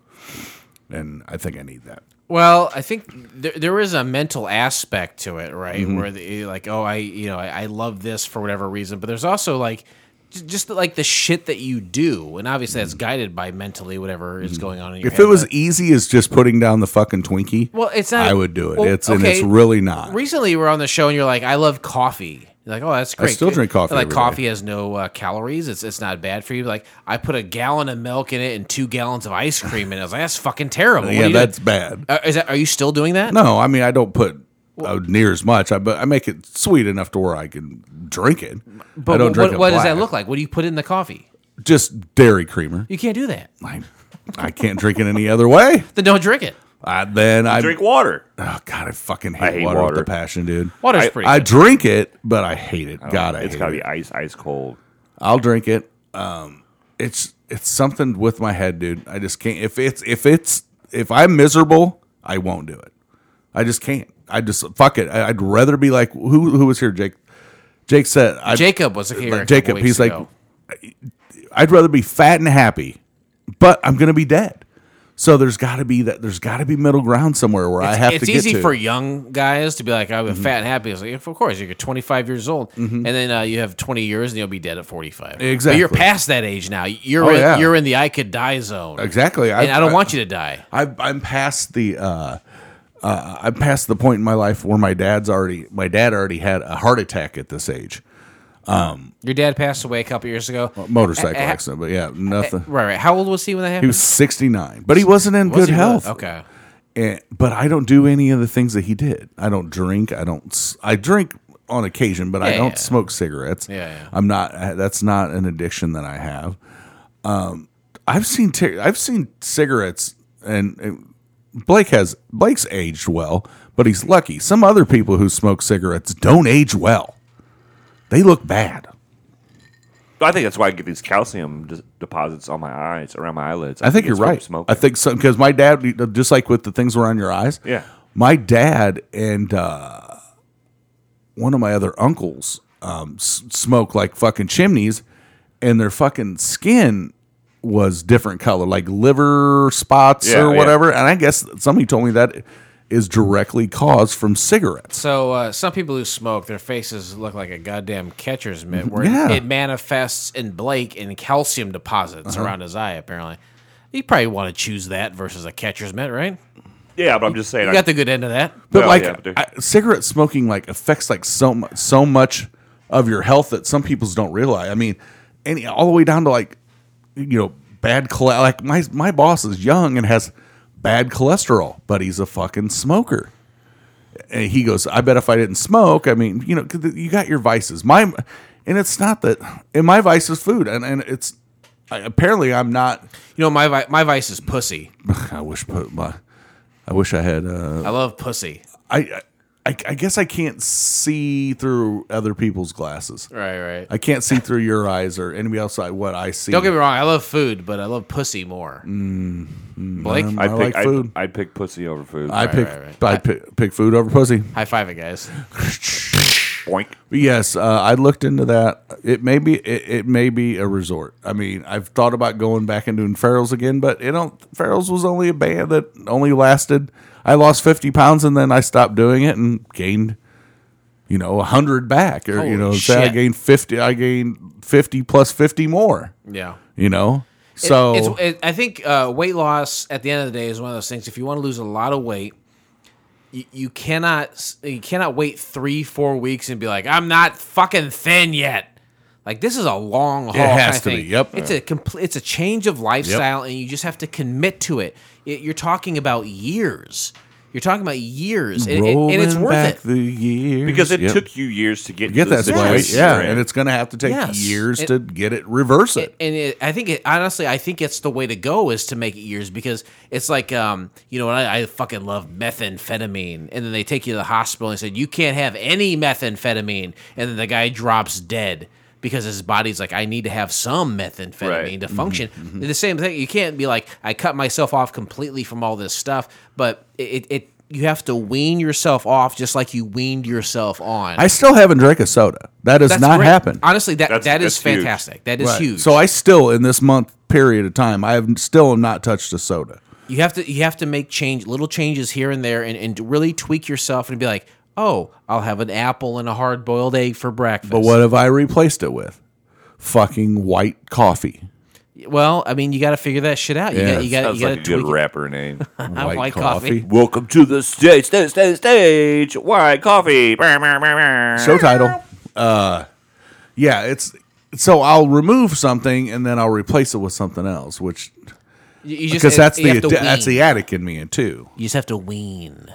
Speaker 1: And I think I need that.
Speaker 3: well i think there, there is a mental aspect to it right
Speaker 1: Mm-hmm.
Speaker 3: where the, like oh i you know I, I love this for whatever reason but there's also like j- just like the shit that you do and obviously that's guided by mentally whatever is going on in
Speaker 1: Mm. Mm-hmm.
Speaker 3: your
Speaker 1: If
Speaker 3: head,
Speaker 1: it was
Speaker 3: but-
Speaker 1: easy as just putting down the fucking Twinkie,
Speaker 3: uh, well it's not
Speaker 1: I would do it.
Speaker 3: well,
Speaker 1: it's and it's
Speaker 3: okay.
Speaker 1: really not.
Speaker 3: recently we were on the show and you're like, I love coffee. You're like, oh, that's great.
Speaker 1: still drink coffee
Speaker 3: Like
Speaker 1: every
Speaker 3: coffee has no uh, calories. It's it's not bad for you. Like I put a gallon of milk in it and two gallons of ice cream, and I was like, that's fucking terrible. What are
Speaker 1: yeah,
Speaker 3: you
Speaker 1: that's
Speaker 3: doing?
Speaker 1: bad.
Speaker 3: Uh, is that are you still doing that?
Speaker 1: No, I mean I don't put uh, near as much. I but I make it sweet enough to where I can drink it.
Speaker 3: but
Speaker 1: I don't
Speaker 3: what,
Speaker 1: drink
Speaker 3: what,
Speaker 1: it
Speaker 3: does that
Speaker 1: black.
Speaker 3: look like? What do you put in the coffee?
Speaker 1: Just dairy creamer.
Speaker 3: You can't do that.
Speaker 1: I, I can't drink it any other way.
Speaker 3: Then don't drink it.
Speaker 1: I, then I
Speaker 2: Drink water.
Speaker 1: Oh God, I fucking hate,
Speaker 2: I hate
Speaker 1: water, with
Speaker 2: water.
Speaker 1: a passion, dude.
Speaker 3: Water's
Speaker 2: I-
Speaker 3: pretty.
Speaker 1: I
Speaker 3: good.
Speaker 1: drink it, but I hate it. God, I
Speaker 2: it's
Speaker 1: hate
Speaker 2: gotta
Speaker 1: it.
Speaker 2: be ice ice cold.
Speaker 1: I'll drink it. Um, it's it's something with my head, dude. I just can't. If it's if it's if I'm miserable, I won't do it. I just can't. I just fuck it. I, I'd rather be like who who was here, Jake. Jake said, I, uh,
Speaker 3: Jacob was here. a couple
Speaker 1: Jacob,
Speaker 3: weeks
Speaker 1: he's like,
Speaker 3: ago.
Speaker 1: I'd rather be fat and happy, but I'm gonna be dead. So there's got to be that. There's got to be middle ground somewhere where I have
Speaker 3: it's
Speaker 1: to get
Speaker 3: easy
Speaker 1: to. Mm-hmm.
Speaker 3: for young guys to be like, I'm fat and happy. It's like, of course, you're 25 years old, and then uh, you have 20 years, and you'll be dead at 45. But
Speaker 1: Exactly.
Speaker 3: you're past that age now. You're
Speaker 1: Oh,
Speaker 3: in,
Speaker 1: yeah.
Speaker 3: you're in the I could die zone,
Speaker 1: exactly.
Speaker 3: and I don't want you to die.
Speaker 1: I, I'm past the uh, uh, I'm past the point in my life where my dad's already my dad already had a heart attack at this age,
Speaker 3: Your dad passed away a couple years ago.
Speaker 1: motorcycle
Speaker 3: Eh, eh,
Speaker 1: accident. But yeah, nothing.
Speaker 3: Right, right. How old was he when that
Speaker 1: He
Speaker 3: happened?
Speaker 1: was 69, but he wasn't in
Speaker 3: Was
Speaker 1: good
Speaker 3: he really-
Speaker 1: health.
Speaker 3: Okay.
Speaker 1: And, but I don't do any of the things that he did. I don't drink. I don't. s- I drink on occasion, but I
Speaker 3: Yeah,
Speaker 1: don't
Speaker 3: yeah.
Speaker 1: smoke cigarettes.
Speaker 3: Yeah, yeah.
Speaker 1: I'm not. That's not an addiction that I have. Um, I've seen. Ter- I've seen cigarettes, and, and Blake has. Blake's aged well, but he's lucky. Some other people who smoke cigarettes don't age well. They look bad.
Speaker 2: I think that's why I get these calcium des- deposits on my eyes, around my eyelids.
Speaker 1: I think you're
Speaker 2: it's from
Speaker 1: right.
Speaker 2: Smoking.
Speaker 1: I think so because my dad, just like with the things around your eyes.
Speaker 2: Yeah.
Speaker 1: My dad and uh, one of my other uncles um, s- smoke like fucking chimneys, and their fucking skin was different color, like liver spots
Speaker 2: Yeah,
Speaker 1: or
Speaker 2: yeah.
Speaker 1: whatever. And I guess somebody told me that is directly caused from cigarettes.
Speaker 3: So uh, some people who smoke, their faces look like a goddamn catcher's mitt, where
Speaker 1: Mm-hmm. Yeah.
Speaker 3: it manifests in Blake in calcium deposits
Speaker 1: Uh-huh.
Speaker 3: around his eye. Apparently, you probably want to choose that versus a catcher's mitt, right?
Speaker 2: Yeah, but I'm just saying.
Speaker 3: You
Speaker 2: I,
Speaker 3: got the good end of that.
Speaker 1: But
Speaker 2: Well,
Speaker 1: like
Speaker 2: yeah, but they're-
Speaker 1: I, cigarette smoking, like affects like so mu- so much of your health that some people's don't realize. I mean, any all the way down to like you know bad cholesterol. Like my my boss is young and has bad cholesterol, but he's a fucking smoker. And he goes, I bet if I didn't smoke, I mean, you know, 'cause you got your vices. My and it's not that, and my vice is food, and and it's I, apparently I'm not.
Speaker 3: You know, my vi- my vice is pussy.
Speaker 1: I wish put my, I wish I had. uh
Speaker 3: I love pussy.
Speaker 1: I, I I guess I can't see through other people's glasses.
Speaker 3: Right, right.
Speaker 1: I can't see through your eyes or anybody else. I, what I see.
Speaker 3: Don't get me wrong. I love food, but I love pussy more. Blake,
Speaker 2: I
Speaker 1: Mm, um, I
Speaker 2: pick,
Speaker 1: like food.
Speaker 2: I, would pick pussy over food.
Speaker 1: I pick
Speaker 3: right,
Speaker 1: I pick, pick food over pussy.
Speaker 3: high five it, guys.
Speaker 2: Boink.
Speaker 1: But yes, uh, I looked into that. It may be it, it may be a resort. I mean, I've thought about going back and doing Farrell's again, but you know, Farrell's was only a band that only lasted. I lost fifty pounds and then I stopped doing it and gained, you know, hundred back. Or
Speaker 3: Holy
Speaker 1: you know, say I
Speaker 3: shit.
Speaker 1: gained fifty. I gained fifty plus fifty more.
Speaker 3: Yeah.
Speaker 1: you know. So
Speaker 3: it's, it, I think uh, weight loss at the end of the day is one of those things. If you want to lose a lot of weight, you, you cannot s- you cannot wait three four weeks and be like, I'm not fucking thin yet. Like this is a long haul.
Speaker 1: has
Speaker 3: kinda
Speaker 1: to be,
Speaker 3: thing.
Speaker 1: yep.
Speaker 3: It's a complete. It's a change of lifestyle, and you just have to commit to it. It- You're talking about years. You're talking about years, and, and- and it's
Speaker 1: rolling
Speaker 3: worth
Speaker 1: back
Speaker 3: it.
Speaker 1: the years
Speaker 2: Because it
Speaker 1: Yep.
Speaker 2: took you years to get,
Speaker 1: get
Speaker 2: to the
Speaker 1: that place,
Speaker 2: situation
Speaker 1: yeah,
Speaker 2: you're in.
Speaker 1: and it's going to have to take
Speaker 3: Yes.
Speaker 1: years
Speaker 3: It-
Speaker 1: to get it reverse it.
Speaker 3: and it, I think it, honestly, I think it's the way to go is to make it years because it's like, um, you know, I, I fucking love methamphetamine, and then they take you to the hospital and said you can't have any methamphetamine, and then the guy drops dead because his body's like, I need to have some methamphetamine
Speaker 2: Right. Mm-hmm.
Speaker 3: to function. The same thing, you can't be like, I cut myself off completely from all this stuff, but it. it, it you have to wean yourself off just like you weaned yourself on.
Speaker 1: I still haven't drank a soda. That does
Speaker 3: That's
Speaker 1: not
Speaker 3: great.
Speaker 1: happen.
Speaker 3: Honestly, that
Speaker 2: That's-
Speaker 3: that is
Speaker 2: that's huge.
Speaker 3: fantastic. That is
Speaker 1: Right.
Speaker 3: huge.
Speaker 1: So I still in this month period of time, I have still not touched a soda.
Speaker 3: You have to you have to make change little changes here and there and, and really tweak yourself and be like, oh, I'll have an apple and a hard boiled egg for breakfast.
Speaker 1: But what have I replaced it with? Fucking white coffee.
Speaker 3: Well, I mean, you got to figure that shit out. You
Speaker 1: Yeah,
Speaker 3: got you got
Speaker 2: Sounds
Speaker 3: you got
Speaker 2: like
Speaker 3: to
Speaker 2: a
Speaker 3: tweak.
Speaker 2: good
Speaker 3: it.
Speaker 2: rapper name.
Speaker 3: I don't like coffee.
Speaker 2: Welcome to the stage, stage, stage, stage. White coffee. So
Speaker 1: Show title. Uh, yeah, it's so I'll remove something and then I'll replace it with something else, which
Speaker 3: You, you just
Speaker 1: because that's
Speaker 3: you
Speaker 1: the
Speaker 3: have to
Speaker 1: that's
Speaker 3: wean.
Speaker 1: the attic in me and too.
Speaker 3: you just have to wean,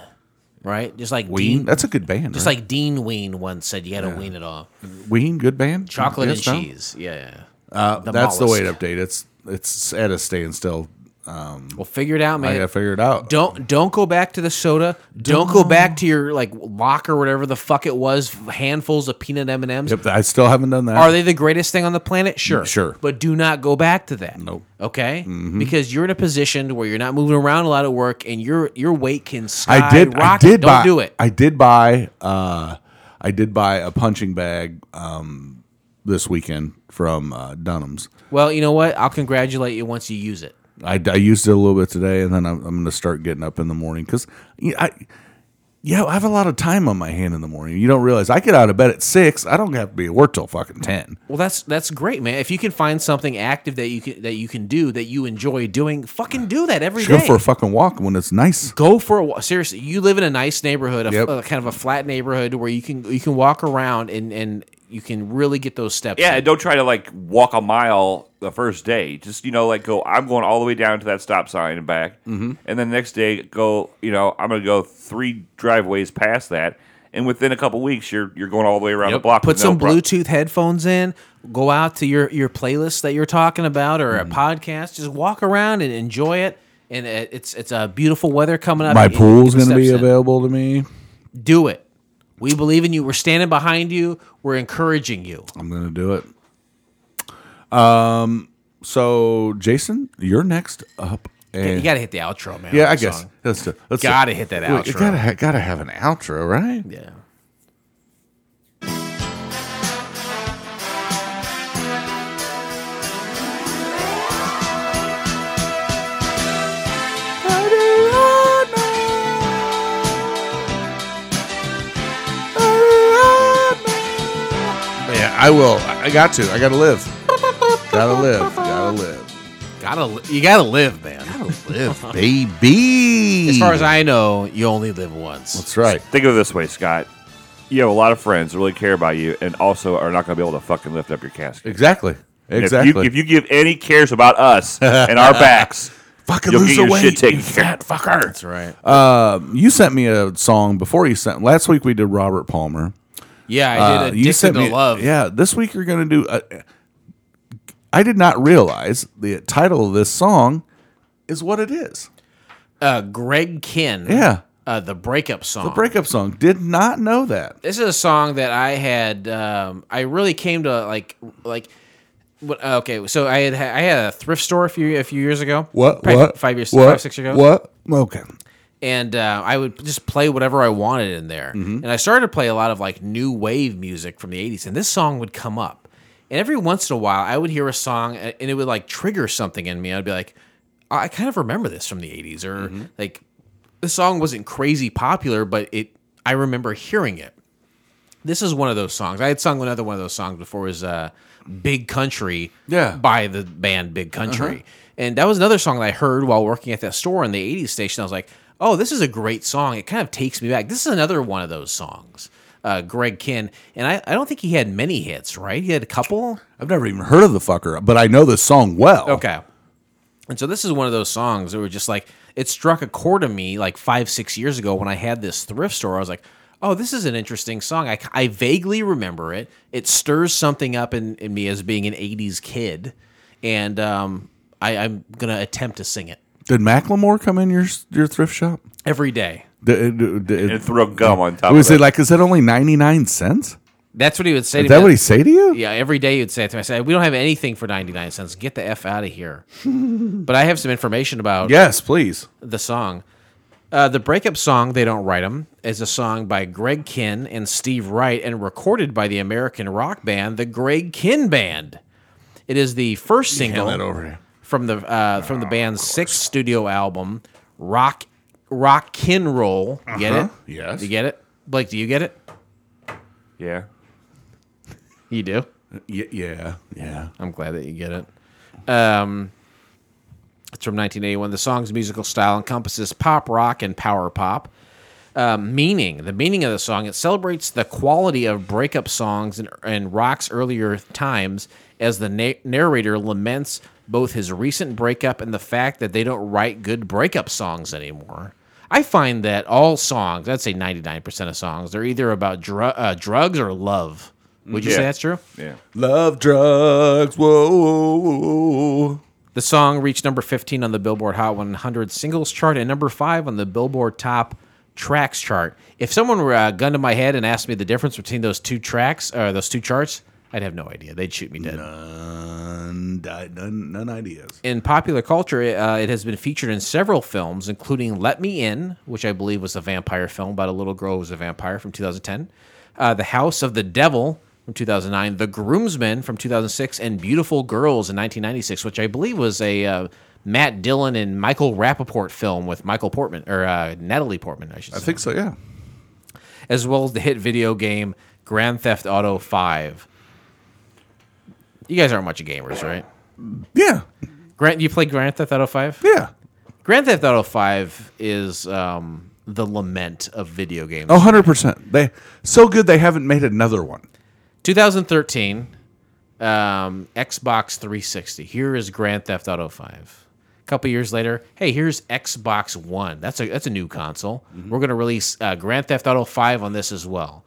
Speaker 3: right? Just like
Speaker 1: Ween.
Speaker 3: Dean,
Speaker 1: That's a good band.
Speaker 3: just
Speaker 1: right?
Speaker 3: like Dean Ween once said, you got to wean it off.
Speaker 1: Ween, good band.
Speaker 3: Chocolate
Speaker 1: Yes, no?
Speaker 3: and cheese. Yeah.
Speaker 1: Uh, that's the way to
Speaker 3: mollusk.
Speaker 1: update. It's it's at a standstill.
Speaker 3: Well, figure it out, man.
Speaker 1: I gotta figure it out.
Speaker 3: Don't don't go back to the soda. Don't go back to your like locker, whatever the fuck it was, handfuls of peanut M and M's.
Speaker 1: Yep, I still haven't done that.
Speaker 3: Are they the greatest thing on the planet? Sure,
Speaker 1: Sure.
Speaker 3: But do not go back to that.
Speaker 1: Nope. Mm-hmm.
Speaker 3: Okay, because you're in a position where you're not moving around a lot at work, and your your weight can skyrocket.
Speaker 1: I did. I did
Speaker 3: Don't
Speaker 1: buy.
Speaker 3: do it.
Speaker 1: I did buy. Uh, I did buy a punching bag um, this weekend from uh, Dunham's.
Speaker 3: well, you know what? I'll congratulate you once you use it.
Speaker 1: I, I used it a little bit today, and then I'm, I'm going to start getting up in the morning because I yeah, I have a lot of time on my hand in the morning. You don't realize I get out of bed at six. I don't have to be at work till fucking ten.
Speaker 3: Well, that's that's great, man. If you can find something active that you can that you can do that you enjoy doing, fucking do that every
Speaker 1: Go
Speaker 3: day.
Speaker 1: for a fucking walk when it's nice.
Speaker 3: go for a walk. Seriously, you live in a nice neighborhood, a,
Speaker 1: Yep.
Speaker 3: a kind of a flat neighborhood where you can you can walk around and and you can really get those steps.
Speaker 2: Yeah,
Speaker 3: in.
Speaker 2: and don't try to like walk a mile the first day. Just you know, like go. I'm going all the way down to that stop sign and back, mm-hmm. and then the next day go. You know, I'm going to go three driveways past that, and within a couple weeks, you're you're going all the way around the
Speaker 3: Yep.
Speaker 2: block.
Speaker 3: Put
Speaker 2: with no
Speaker 3: some
Speaker 2: pro-
Speaker 3: Bluetooth headphones in. Go out to your your playlist that you're talking about or
Speaker 1: Mm-hmm.
Speaker 3: a podcast. Just walk around and enjoy it. And it- it's it's a beautiful weather coming up.
Speaker 1: My
Speaker 3: and you
Speaker 1: pool's
Speaker 3: get
Speaker 1: going
Speaker 3: the
Speaker 1: to be
Speaker 3: steps in.
Speaker 1: available to me.
Speaker 3: Do it. We believe in you. We're standing behind you. We're encouraging you.
Speaker 1: I'm going to do it. Um. So, Jason, you're next up. And
Speaker 3: You got to hit the outro, man.
Speaker 1: yeah,
Speaker 3: on
Speaker 1: I
Speaker 3: the
Speaker 1: guess.
Speaker 3: song.
Speaker 1: Let's do, let's do-
Speaker 3: Gotta hit that
Speaker 1: Well, you
Speaker 3: outro.
Speaker 1: Gotta ha- gotta have an outro, right?
Speaker 3: Yeah.
Speaker 1: Yeah, I will. I I got to. I gotta live. Gotta live. Gotta live.
Speaker 3: Gotta li- you gotta live, man.
Speaker 1: Gotta live, baby.
Speaker 3: As far as I know, you only live once.
Speaker 1: That's right.
Speaker 2: Think of it this way, Scott. You have a lot of friends that really care about you, and also are not going to be able to fucking lift up your casket.
Speaker 1: Exactly.
Speaker 2: And
Speaker 1: Exactly.
Speaker 2: If you, if you give any cares about us and our backs,
Speaker 1: fucking
Speaker 2: you'll
Speaker 1: lose
Speaker 2: get
Speaker 1: the
Speaker 2: your
Speaker 1: weight,
Speaker 2: shit taken
Speaker 1: you
Speaker 2: care
Speaker 1: fat fucker.
Speaker 3: That's right.
Speaker 1: Um, you sent me a song before you sent. Last week we did Robert Palmer.
Speaker 3: Yeah, I
Speaker 1: Uh,
Speaker 3: did addicted to love.
Speaker 1: Yeah, this week you're going to do. Uh, I did not realize the title of this song is what it is.
Speaker 3: Uh, Greg Kinn.
Speaker 1: Yeah.
Speaker 3: Uh, the breakup song.
Speaker 1: The breakup song. Did not know that.
Speaker 3: this is a song that I had. Um, I really came to like like. What, uh, okay, so I had I had a thrift store a few a few years ago. Probably Five years, five six years ago.
Speaker 1: What? Okay.
Speaker 3: and uh, I would just play whatever I wanted in there. And I started to play a lot of like new wave music from the 80s, and this song would come up. And every once in a while, I would hear a song a- and it would like trigger something in me. I'd be like, I I kind of remember this from the 80s, or like the song wasn't crazy popular, but it I remember hearing it. This is one of those songs. I had sung another one of those songs before. It was uh, "Big Country"
Speaker 1: Yeah.
Speaker 3: by the band Big Country. And that was another song that I heard while working at that store in the 80s station. I was like, oh, this is a great song. It kind of takes me back. This is another one of those songs, uh, Greg Kinn. And I, I don't think he had many hits, right? He had a couple.
Speaker 1: I've never even heard of the fucker, but I know this song well.
Speaker 3: Okay. And so this is one of those songs that were just like, it struck a chord in me like five, six years ago when I had this thrift store. I was like, oh, this is an interesting song. I, I vaguely remember it. It stirs something up in, in me as being an 80s kid. And um, I, I'm going to attempt to sing it
Speaker 1: Did Macklemore come in your s- your thrift shop?
Speaker 3: every day.
Speaker 1: Did, did,
Speaker 2: and throw gum on top.
Speaker 1: was
Speaker 2: of
Speaker 1: it like, is that only 99 cents?
Speaker 3: That's what he would say
Speaker 1: Is
Speaker 3: to
Speaker 1: that
Speaker 3: me.
Speaker 1: what he say to you?
Speaker 3: yeah, every day you'd say it to me. I said, we don't have anything for 99 cents. Get the F out of here. but I have some information about
Speaker 1: Yes, please.
Speaker 3: the song. Uh, the breakup song "They Don't Write 'Em" is a song by Greg Kinn and Steve Wright, and recorded by the American rock band the Greg Kinn Band. It is the first single
Speaker 1: over.
Speaker 3: from the uh, from the band's sixth studio album, Rock Rock Kin Roll. Get it?
Speaker 1: Yes.
Speaker 3: You get it, Blake? Do you get it?
Speaker 2: it. Yeah.
Speaker 3: You do.
Speaker 1: Y- yeah. Yeah.
Speaker 3: I'm glad that you get it. Um, it's from 1981. The song's musical style encompasses pop rock and power pop. Um, meaning, the meaning of the song, it celebrates the quality of breakup songs and, and rock's earlier times as the na- narrator laments both his recent breakup and the fact that they don't write good breakup songs anymore. I find that all songs, I'd say 99% of songs, they're either about dru- uh, drugs or love. Would you
Speaker 2: Yeah.
Speaker 3: say that's true?
Speaker 2: Yeah.
Speaker 1: Love drugs. Whoa, whoa, whoa, whoa.
Speaker 3: The song reached number 15 on the Billboard Hot 100 singles chart and number 5 on the Billboard Top Tracks chart. If someone were uh, gun to my head and asked me the difference between those two tracks or those two charts, I'd have no idea. They'd shoot me dead.
Speaker 1: None, di- none, Uh, none ideas.
Speaker 3: In popular culture, uh, it has been featured in several films, including Let Me In, which I believe was a vampire film about a little girl who was a vampire from 2010, uh, The House of the Devil from 2009, The Groomsmen from 2006, and Beautiful Girls in 1996, which I believe was a uh, Matt Dillon and Michael Rappaport film with Michael Portman, or uh, Natalie Portman, I should
Speaker 1: I
Speaker 3: say.
Speaker 1: think so, yeah.
Speaker 3: as well as the hit video game Grand Theft Auto 5. You guys aren't much of gamers, right?
Speaker 1: Yeah.
Speaker 3: Grant, you play Grand Theft Auto 5?
Speaker 1: Yeah.
Speaker 3: Grand Theft Auto 5 is um, the lament of video games.
Speaker 1: Oh, 100%. They so good they haven't made another one.
Speaker 3: 2013, um, Xbox 360. Here is Grand Theft Auto 5. A couple years later, hey, here's Xbox One. That's a that's a new console.
Speaker 1: Mm-hmm.
Speaker 3: We're gonna release uh, Grand Theft Auto 5 on this as well.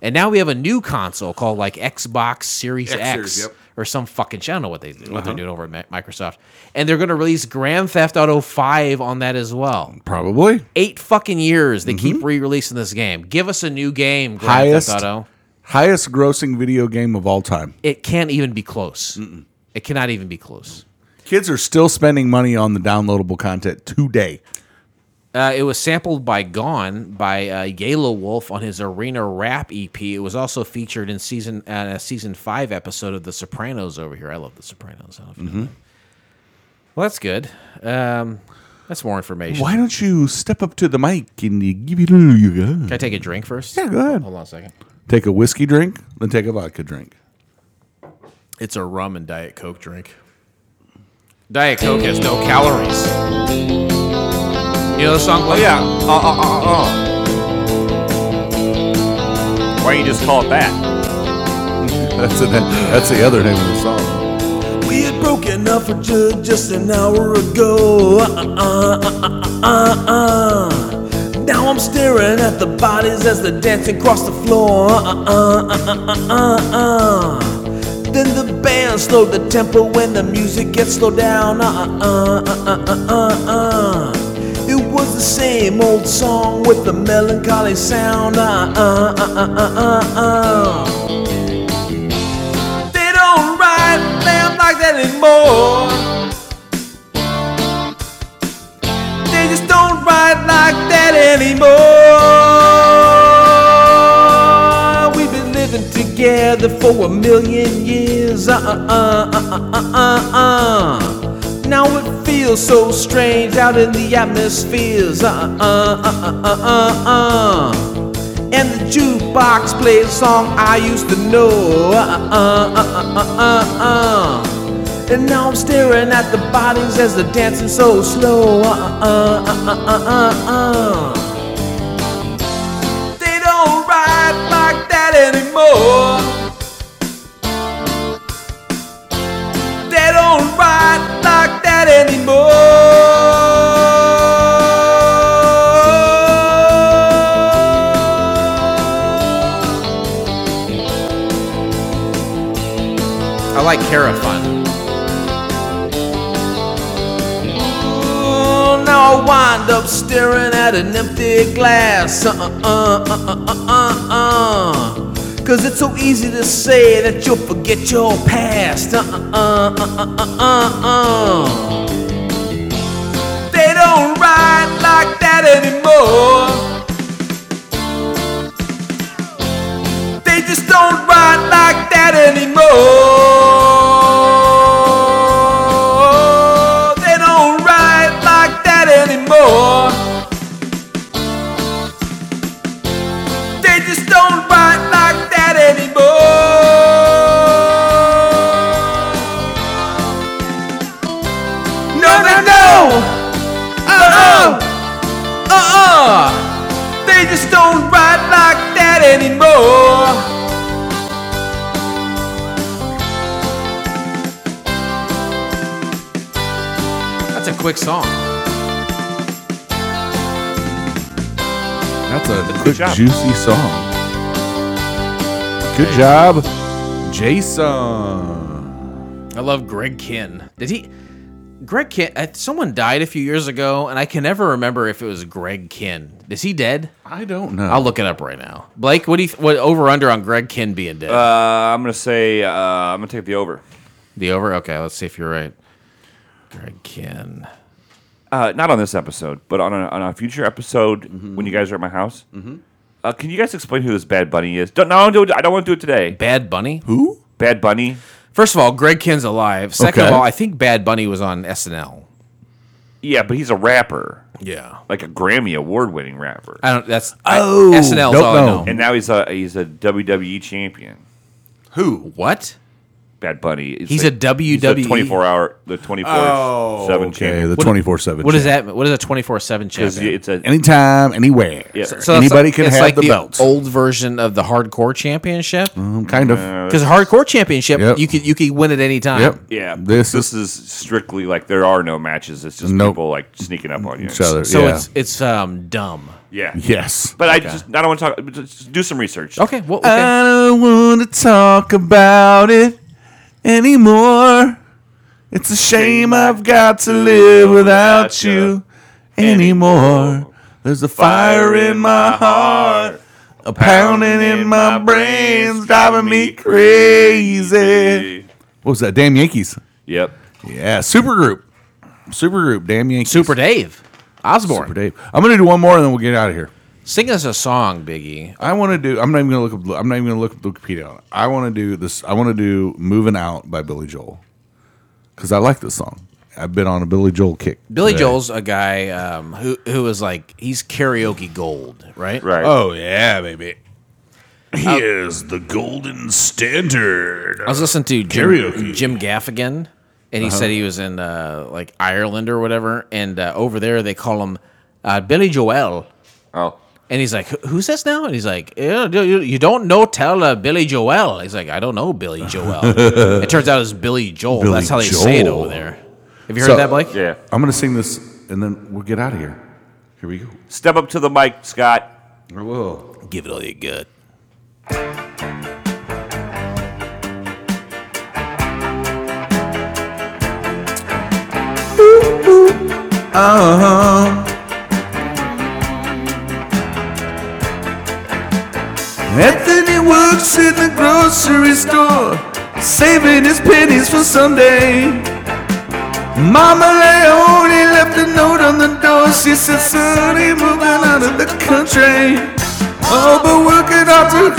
Speaker 3: And now we have a new console called like Xbox Series X,
Speaker 1: Series, yep. Uh-huh.
Speaker 3: or some fucking shit. I don't know what they what they're doing over at Mi- Microsoft. And they're gonna release Grand Theft Auto 5 on that as well.
Speaker 1: Probably.
Speaker 3: Eight fucking years they keep re-releasing this game. Give us a new game, Grand
Speaker 1: Mm-hmm. Highest
Speaker 3: Theft Auto.
Speaker 1: highest grossing video game of all time.
Speaker 3: it can't even be close. It cannot even be close.
Speaker 1: Kids are still spending money on the downloadable content today.
Speaker 3: Uh, it was sampled by Gone by uh, Yalo Wolf on his Arena Rap EP. It was also featured in season uh, season five episode of The Sopranos. Over here, I love The Sopranos. I don't know if you know
Speaker 1: Mm-hmm.
Speaker 3: that. Well, that's good. Um, that's more information.
Speaker 1: Why don't you step up to the mic and you give it all you got?
Speaker 3: Can I take a drink first?
Speaker 1: Yeah, go ahead.
Speaker 3: Hold on a second.
Speaker 1: Take a whiskey drink, then take a vodka drink.
Speaker 3: It's a rum and Diet Coke drink. Diet Coke has no calories. You know the song? Oh
Speaker 2: Yeah. Uh, uh, uh, uh. Why you just call it that?
Speaker 1: That's, it. that's the other name of the song.
Speaker 4: We had broken up for ju- just an hour ago. Uh, uh, uh, uh, uh, uh. Now I'm staring at the bodies as they're dancing across the floor. Uh, uh, uh, uh, uh, uh, uh. Then the band slowed the tempo when the music gets slowed down. Uh, uh, uh, uh, uh, uh, uh. It was the same old song with the melancholy sound. Uh, uh, uh, uh, uh, uh, uh. They don't ride them like that anymore. They just don't ride like that anymore. We've been living together for a million years. Uh uh uh uh uh uh. uh. Now it feels so strange out in the atmospheres. Uh uh uh uh uh uh. uh. And the jukebox plays a song I used to know. Uh, uh, uh, uh, uh, uh. And now I'm staring at the bodies as they're dancing so slow. Uh, uh, uh, uh, uh, uh. They don't ride like that anymore. They don't ride like that anymore.
Speaker 3: I like Carafun.
Speaker 4: Ooh, Now I wind up staring at an empty glass. Uh, uh, uh, uh, uh, uh, uh. Cause it's so easy to say that you'll forget your past. Uh, uh, uh, uh, uh, uh, uh. They don't ride like that anymore. They just don't ride like that anymore. They don't ride like that anymore. They just don't ride like that anymore. No, no, no. Uh-uh. Uh-uh. They just don't ride like that anymore.
Speaker 3: That's a quick song.
Speaker 1: That's a good,
Speaker 2: job.
Speaker 1: juicy song. Good job, Jason.
Speaker 3: I love Greg Kinn. Did he? Greg Kinn. uh, Someone died a few years ago, and I can never remember if it was Greg Kinn. Is he dead?
Speaker 1: I don't know.
Speaker 3: I'll look it up right now. Blake, what do you? th- What over under on Greg Kinn being dead?
Speaker 2: Uh, I'm gonna say uh, I'm gonna take the over.
Speaker 3: the over. Okay, let's see if you're right. Greg Kinn.
Speaker 2: Uh, not on this episode, but on a, on a future episode
Speaker 1: Mm-hmm.
Speaker 2: when you guys are at my house. Uh, can you guys explain who this Bad Bunny is? Don't, no, I don't, do it- I don't want to do it today.
Speaker 3: Bad Bunny.
Speaker 1: Who?
Speaker 2: Bad Bunny.
Speaker 3: First of all, Greg Kinn's alive. Second
Speaker 1: Okay.
Speaker 3: of all, I think Bad Bunny was on SNL.
Speaker 2: Yeah, but he's a rapper,
Speaker 3: Yeah.
Speaker 2: like a Grammy award winning rapper,
Speaker 3: I don't. That's
Speaker 1: Oh,
Speaker 3: I, SNL is
Speaker 1: don't
Speaker 3: all
Speaker 1: know.
Speaker 3: I know.
Speaker 2: and now he's a he's a WWE champion.
Speaker 1: Who?
Speaker 3: What?
Speaker 2: Bad Bunny. is
Speaker 3: He's
Speaker 2: the-
Speaker 3: a E
Speaker 2: he's the
Speaker 3: WWE.
Speaker 2: twenty four hour the twenty four seven
Speaker 1: Oh, Okay,
Speaker 2: champion.
Speaker 1: the twenty four seven.
Speaker 3: What is that? What is a twenty four seven
Speaker 2: 'Cause
Speaker 3: champion?
Speaker 2: It's a
Speaker 1: Anytime, anywhere.
Speaker 2: Yeah.
Speaker 1: So
Speaker 3: that's
Speaker 1: Anybody
Speaker 3: like-
Speaker 1: can
Speaker 3: it's
Speaker 1: have
Speaker 3: like
Speaker 1: the, belts.
Speaker 3: Old version of the hardcore championship.
Speaker 1: Um, kind of.
Speaker 3: Because hardcore championship,
Speaker 1: Yep.
Speaker 3: you could you could win at any time.
Speaker 1: yep.
Speaker 2: yeah.
Speaker 1: This is
Speaker 2: this is strictly like there are no matches. It's just
Speaker 1: Nope.
Speaker 2: people like sneaking up on you.
Speaker 1: each other.
Speaker 3: So
Speaker 1: yeah.
Speaker 3: it's it's um dumb.
Speaker 2: Yeah.
Speaker 1: yes.
Speaker 2: But I just I don't want to talk. Just just do some research.
Speaker 3: Okay. Well, okay.
Speaker 1: I don't want to talk about it anymore. It's a shame I've got to live without you anymore. There's a fire in my heart, a pounding in my brains, driving me crazy. What was that? Damn Yankees.
Speaker 2: Yep.
Speaker 1: Yeah, supergroup. Supergroup, damn Yankees.
Speaker 3: Super Dave Osborne,
Speaker 1: Super Dave. I'm gonna do one more and then we'll get out of here.
Speaker 3: sing us a song, Biggie.
Speaker 1: I want to do. I'm not even gonna look up. I'm not even gonna look up Wikipedia. On it. I want to do this. I want to do "Moving Out" by Billy Joel because I like this song. I've been on a Billy Joel kick.
Speaker 3: Billy
Speaker 1: today.
Speaker 3: Joel's a guy um, who who is like he's karaoke gold, right?
Speaker 2: Right.
Speaker 1: Oh yeah, baby. He is the golden standard.
Speaker 3: I was listening to Jim,
Speaker 1: Karaoke. Uh-huh.
Speaker 3: Jim Gaffigan, and he said he was in uh, like Ireland or whatever, and uh, over there they call him uh, Billy Joel.
Speaker 2: Oh.
Speaker 3: And he's like, "Who- "Who's this now?" And he's like, "Yeah, you you- you don't know? Tell uh, Billy Joel." He's like, "I don't know Billy Joel." it turns out it's Billy Joel.
Speaker 1: Billy
Speaker 3: That's how they say it
Speaker 1: Joel.
Speaker 3: over there. Have you heard
Speaker 1: So-
Speaker 3: that, Blake?
Speaker 2: Yeah.
Speaker 1: I'm gonna sing this and then we'll get out of here. Here we go.
Speaker 2: Step up to the mic, Scott.
Speaker 1: Whoa.
Speaker 3: Give it all you got.
Speaker 1: Uh-huh. Anthony works in the grocery store, saving his pennies for Sunday. Mama Leone left a note on the door. She said, "Son, he moving out of the country." Oh, but working out to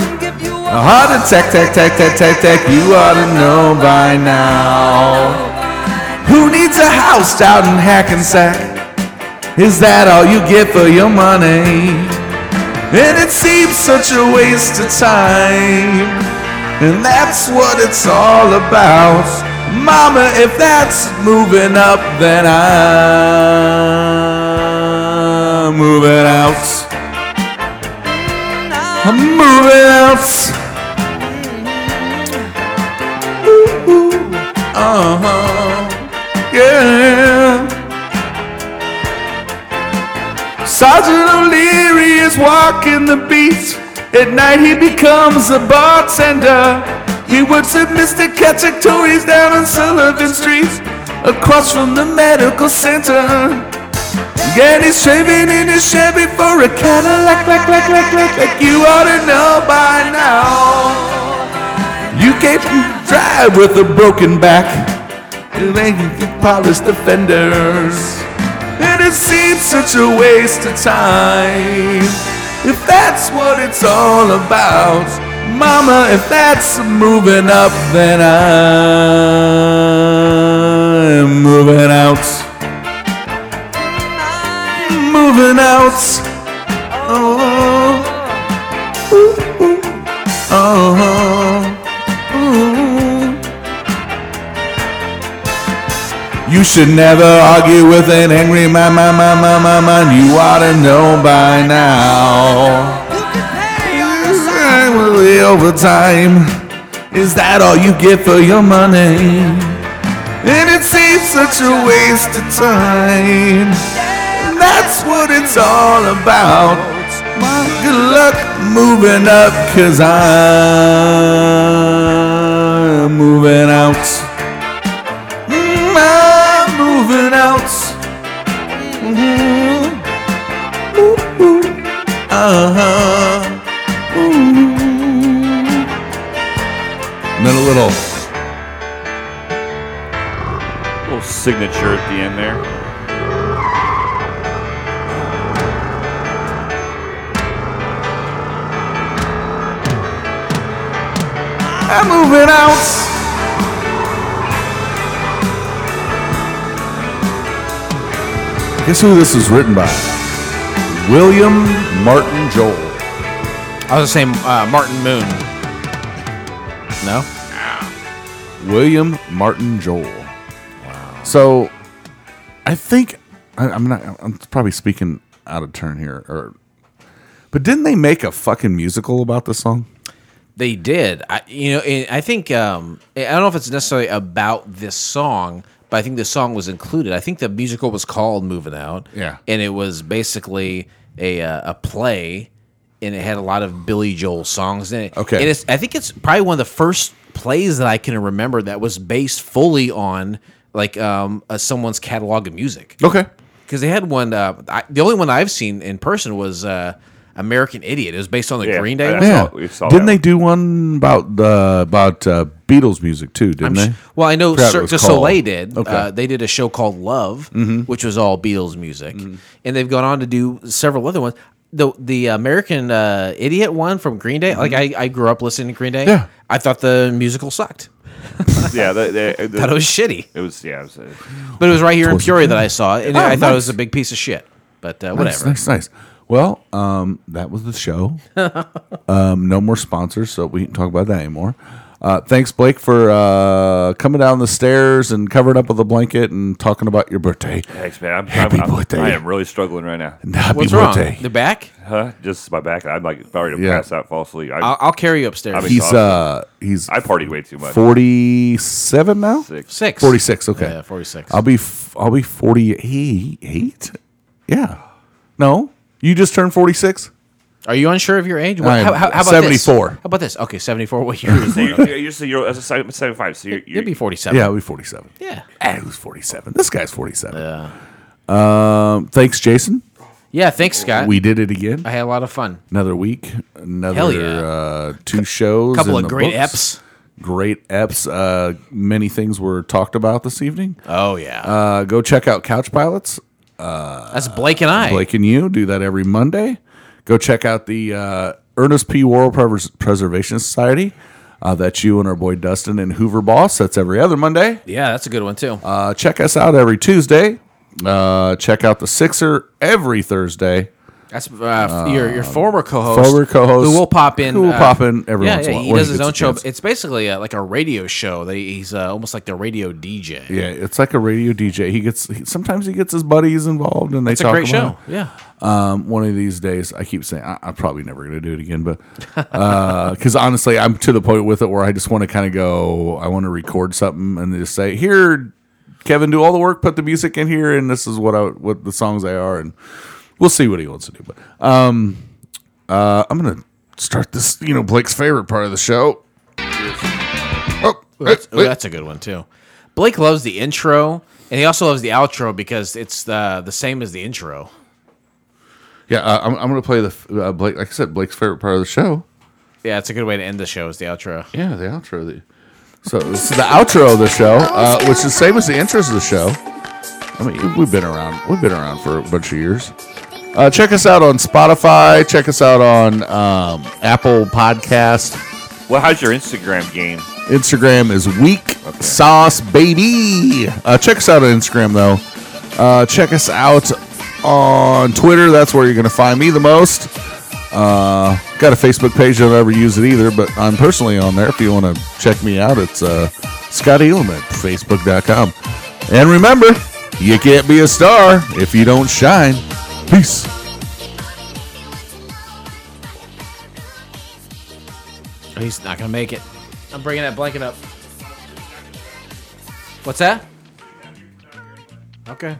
Speaker 1: a heart attack, tack, tack, tack, tack, tack. You ought to know by now. Who needs a house out in Hackensack? Is that all you get for your money? And it seems such a waste of time. And that's what it's all about. Mama, if that's moving up, then I'm moving out. I'm moving out. Ooh, uh huh. Yeah. Sergeant O'Leary is walking the beat. At night he becomes a bartender. He works at Mr. Cacciatore's down on Sullivan Street, across from the medical center. Yeah, he's shaving in his Chevy for a Cadillac, like, like, like, like, like you ought to know by now. You can't drive with a broken back. It ain't you polish the fenders. And it seems such a waste of time. If that's what it's all about, Mama, if that's moving up, then I'm moving out. Moving out. Oh. Ooh, ooh. Oh. Ooh. You should never argue with an angry man, man, man, man, man, man. You ought to know by now. Is that what The overtime is that all you get for your money? And it seems such a waste of time. And that's what it's all about. Good luck moving up, cause I'm moving out. Mm, I'm moving out. Mhm. Ooh, ooh. Uh-huh. Ooh. Then a little.
Speaker 2: Little signature at the end there.
Speaker 1: I'm moving out. Guess who this is written by? William Martin Joel.
Speaker 3: I was gonna say uh, Martin Moon. No,
Speaker 1: William Martin Joel. So, I think I, I'm not. I'm probably speaking out of turn here, or but didn't they make a fucking musical about this song?
Speaker 3: they did. I, you know, and I think um, I don't know if it's necessarily about this song, but I think the song was included. I think the musical was called "Moving Out."
Speaker 1: Yeah.
Speaker 3: and it was basically a uh, a play, and it had a lot of Billy Joel songs in it.
Speaker 1: Okay.
Speaker 3: and it's I think it's probably one of the first plays that I can remember that was based fully on like um, uh, someone's catalog of music
Speaker 1: Okay,
Speaker 3: because they had one. Uh, I, the only one I've seen in person was uh, American Idiot. It was based on the
Speaker 2: Yeah,
Speaker 3: Green Day.
Speaker 2: I- I
Speaker 3: one.
Speaker 2: saw-
Speaker 1: yeah.
Speaker 2: we saw
Speaker 1: didn't
Speaker 2: that
Speaker 1: they do one
Speaker 2: one.
Speaker 1: about uh, about uh, Beatles music too? Didn't
Speaker 3: I'm
Speaker 1: they?
Speaker 3: sh- well, I know
Speaker 1: Forgot what it
Speaker 3: Cirque
Speaker 1: was
Speaker 3: du
Speaker 1: called.
Speaker 3: Soleil did.
Speaker 1: Okay. Mm-hmm.
Speaker 3: Uh, they did a show called Love, which was all Beatles music, and they've gone on to do several other ones. The the American uh, Idiot one from Green Day. Like I, I grew up listening to Green Day.
Speaker 1: Mm-hmm. Yeah.
Speaker 3: I thought the musical sucked.
Speaker 2: yeah, they, they, they-
Speaker 3: Thought it was shitty,
Speaker 2: it was yeah. It was, uh,
Speaker 3: but it was right here in Peoria that I saw it, and
Speaker 1: Oh,
Speaker 3: I thought it was
Speaker 1: nice.
Speaker 3: a big piece of shit. But uh,
Speaker 1: Nice,
Speaker 3: whatever.
Speaker 1: nice, nice. Well, um, that was the show. um, no more sponsors, so we can talk about that anymore. Uh, thanks, Blake, for uh, coming down the stairs and covering up with a blanket and talking about your birthday.
Speaker 2: thanks, man. I'm,
Speaker 1: Happy
Speaker 2: I'm, I'm,
Speaker 1: birthday.
Speaker 2: I am really struggling right now.
Speaker 1: Happy
Speaker 3: What's wrong?
Speaker 1: birthday.
Speaker 3: The back?
Speaker 2: Huh? Just my back. I'm like sorry to
Speaker 1: Yeah.
Speaker 2: pass out, fall asleep. I,
Speaker 3: I'll, I'll carry you upstairs.
Speaker 2: I'll be-
Speaker 1: He's uh, he's
Speaker 2: I partied way too much.
Speaker 1: forty-seven now.
Speaker 2: Six.
Speaker 3: Six.
Speaker 1: Forty-six. Okay.
Speaker 3: Yeah, 46.
Speaker 1: I'll be f- I'll be forty-eight. Yeah. No, you just turned forty-six.
Speaker 3: Are you unsure of your age? What,
Speaker 1: I am
Speaker 3: how, how, how about
Speaker 1: 74.
Speaker 3: This? How about this? Okay, 74. What year is
Speaker 2: So
Speaker 3: it?
Speaker 2: you're, you're, so you're as a seven- 75. So you're,
Speaker 3: You'd
Speaker 2: you're,
Speaker 3: be 47.
Speaker 1: Yeah, I'll be forty-seven.
Speaker 3: Yeah.
Speaker 1: Ah, who's forty-seven? This guy's forty-seven. Um, thanks, Jason.
Speaker 3: Uh, Yeah, thanks, Scott.
Speaker 1: we did it again.
Speaker 3: I had a lot of fun.
Speaker 1: Another week, another
Speaker 3: Hell yeah.
Speaker 1: uh, two shows,
Speaker 3: couple
Speaker 1: in
Speaker 3: of
Speaker 1: the
Speaker 3: great
Speaker 1: books. great eps. Uh, many things were talked about this evening.
Speaker 3: Oh yeah,
Speaker 1: Uh, go check out Couch Pilots.
Speaker 3: that's Blake and I.
Speaker 1: Blake and you do that every Monday. Go check out the uh, Ernest P. Worrell Pres- Preservation Society. Uh, that's you and our boy Dustin and Hoover Boss. That's every other Monday.
Speaker 3: Yeah, that's a good one too.
Speaker 1: Uh, check us out every Tuesday. Uh, check out the Sixer every Thursday.
Speaker 3: that's uh, your your former co-host,
Speaker 1: um, former co-host,
Speaker 3: who will pop in,
Speaker 1: who will
Speaker 3: uh,
Speaker 1: pop in every
Speaker 3: yeah,
Speaker 1: once in a
Speaker 3: yeah,
Speaker 1: while
Speaker 3: he
Speaker 1: when
Speaker 3: does
Speaker 1: he
Speaker 3: his
Speaker 1: gets
Speaker 3: own
Speaker 1: a
Speaker 3: show.
Speaker 1: chance.
Speaker 3: It's basically uh, like a radio show. That he's uh, almost like the radio DJ.
Speaker 1: Yeah, it's like a radio DJ. He gets he, sometimes he gets his buddies involved, and they
Speaker 3: it's a
Speaker 1: talk
Speaker 3: great show.
Speaker 1: about it.
Speaker 3: Yeah,
Speaker 1: Um, one of these days, I keep saying I, I'm probably never going to do it again, but because honestly, I'm to the point with it where I just want to kind of go. I want to record something and just say, "Here, Kevin, do all the work, put the music in here, and this is what I what the songs they are." And we'll see what he wants to do. But um, uh, I'm going to start this. You know, Blake's favorite part of the show. Oh,
Speaker 3: that's,
Speaker 1: wait, wait.
Speaker 3: ooh, that's a good one too. Blake loves the intro, and he also loves the outro because it's the the same as the intro.
Speaker 1: yeah, uh, I'm, I'm going to play the f- uh, Blake. Like I said, Blake's favorite part of the show.
Speaker 3: Yeah, it's a good way to end the show is the outro.
Speaker 1: Yeah, the outro. The, so this is the outro of the show, uh, which is the same as the intro of the show. I mean, we've been around. We've been around for a bunch of years. Uh, check us out on Spotify. Check us out on um, Apple Podcast.
Speaker 2: well, how's your Instagram game?
Speaker 1: Instagram is Weak Sauce Baby. Uh, check us out on Instagram though. Uh, check us out on Twitter. That's where you're going to find me the most. Uh, got a Facebook page. I don't ever use it either, but I'm personally on there. If you want to check me out, it's uh, Scott Elam at Facebook.com. And remember, you can't be a star if you don't shine. Peace.
Speaker 3: He's not gonna make it. I'm bringing that blanket up. What's that? Okay.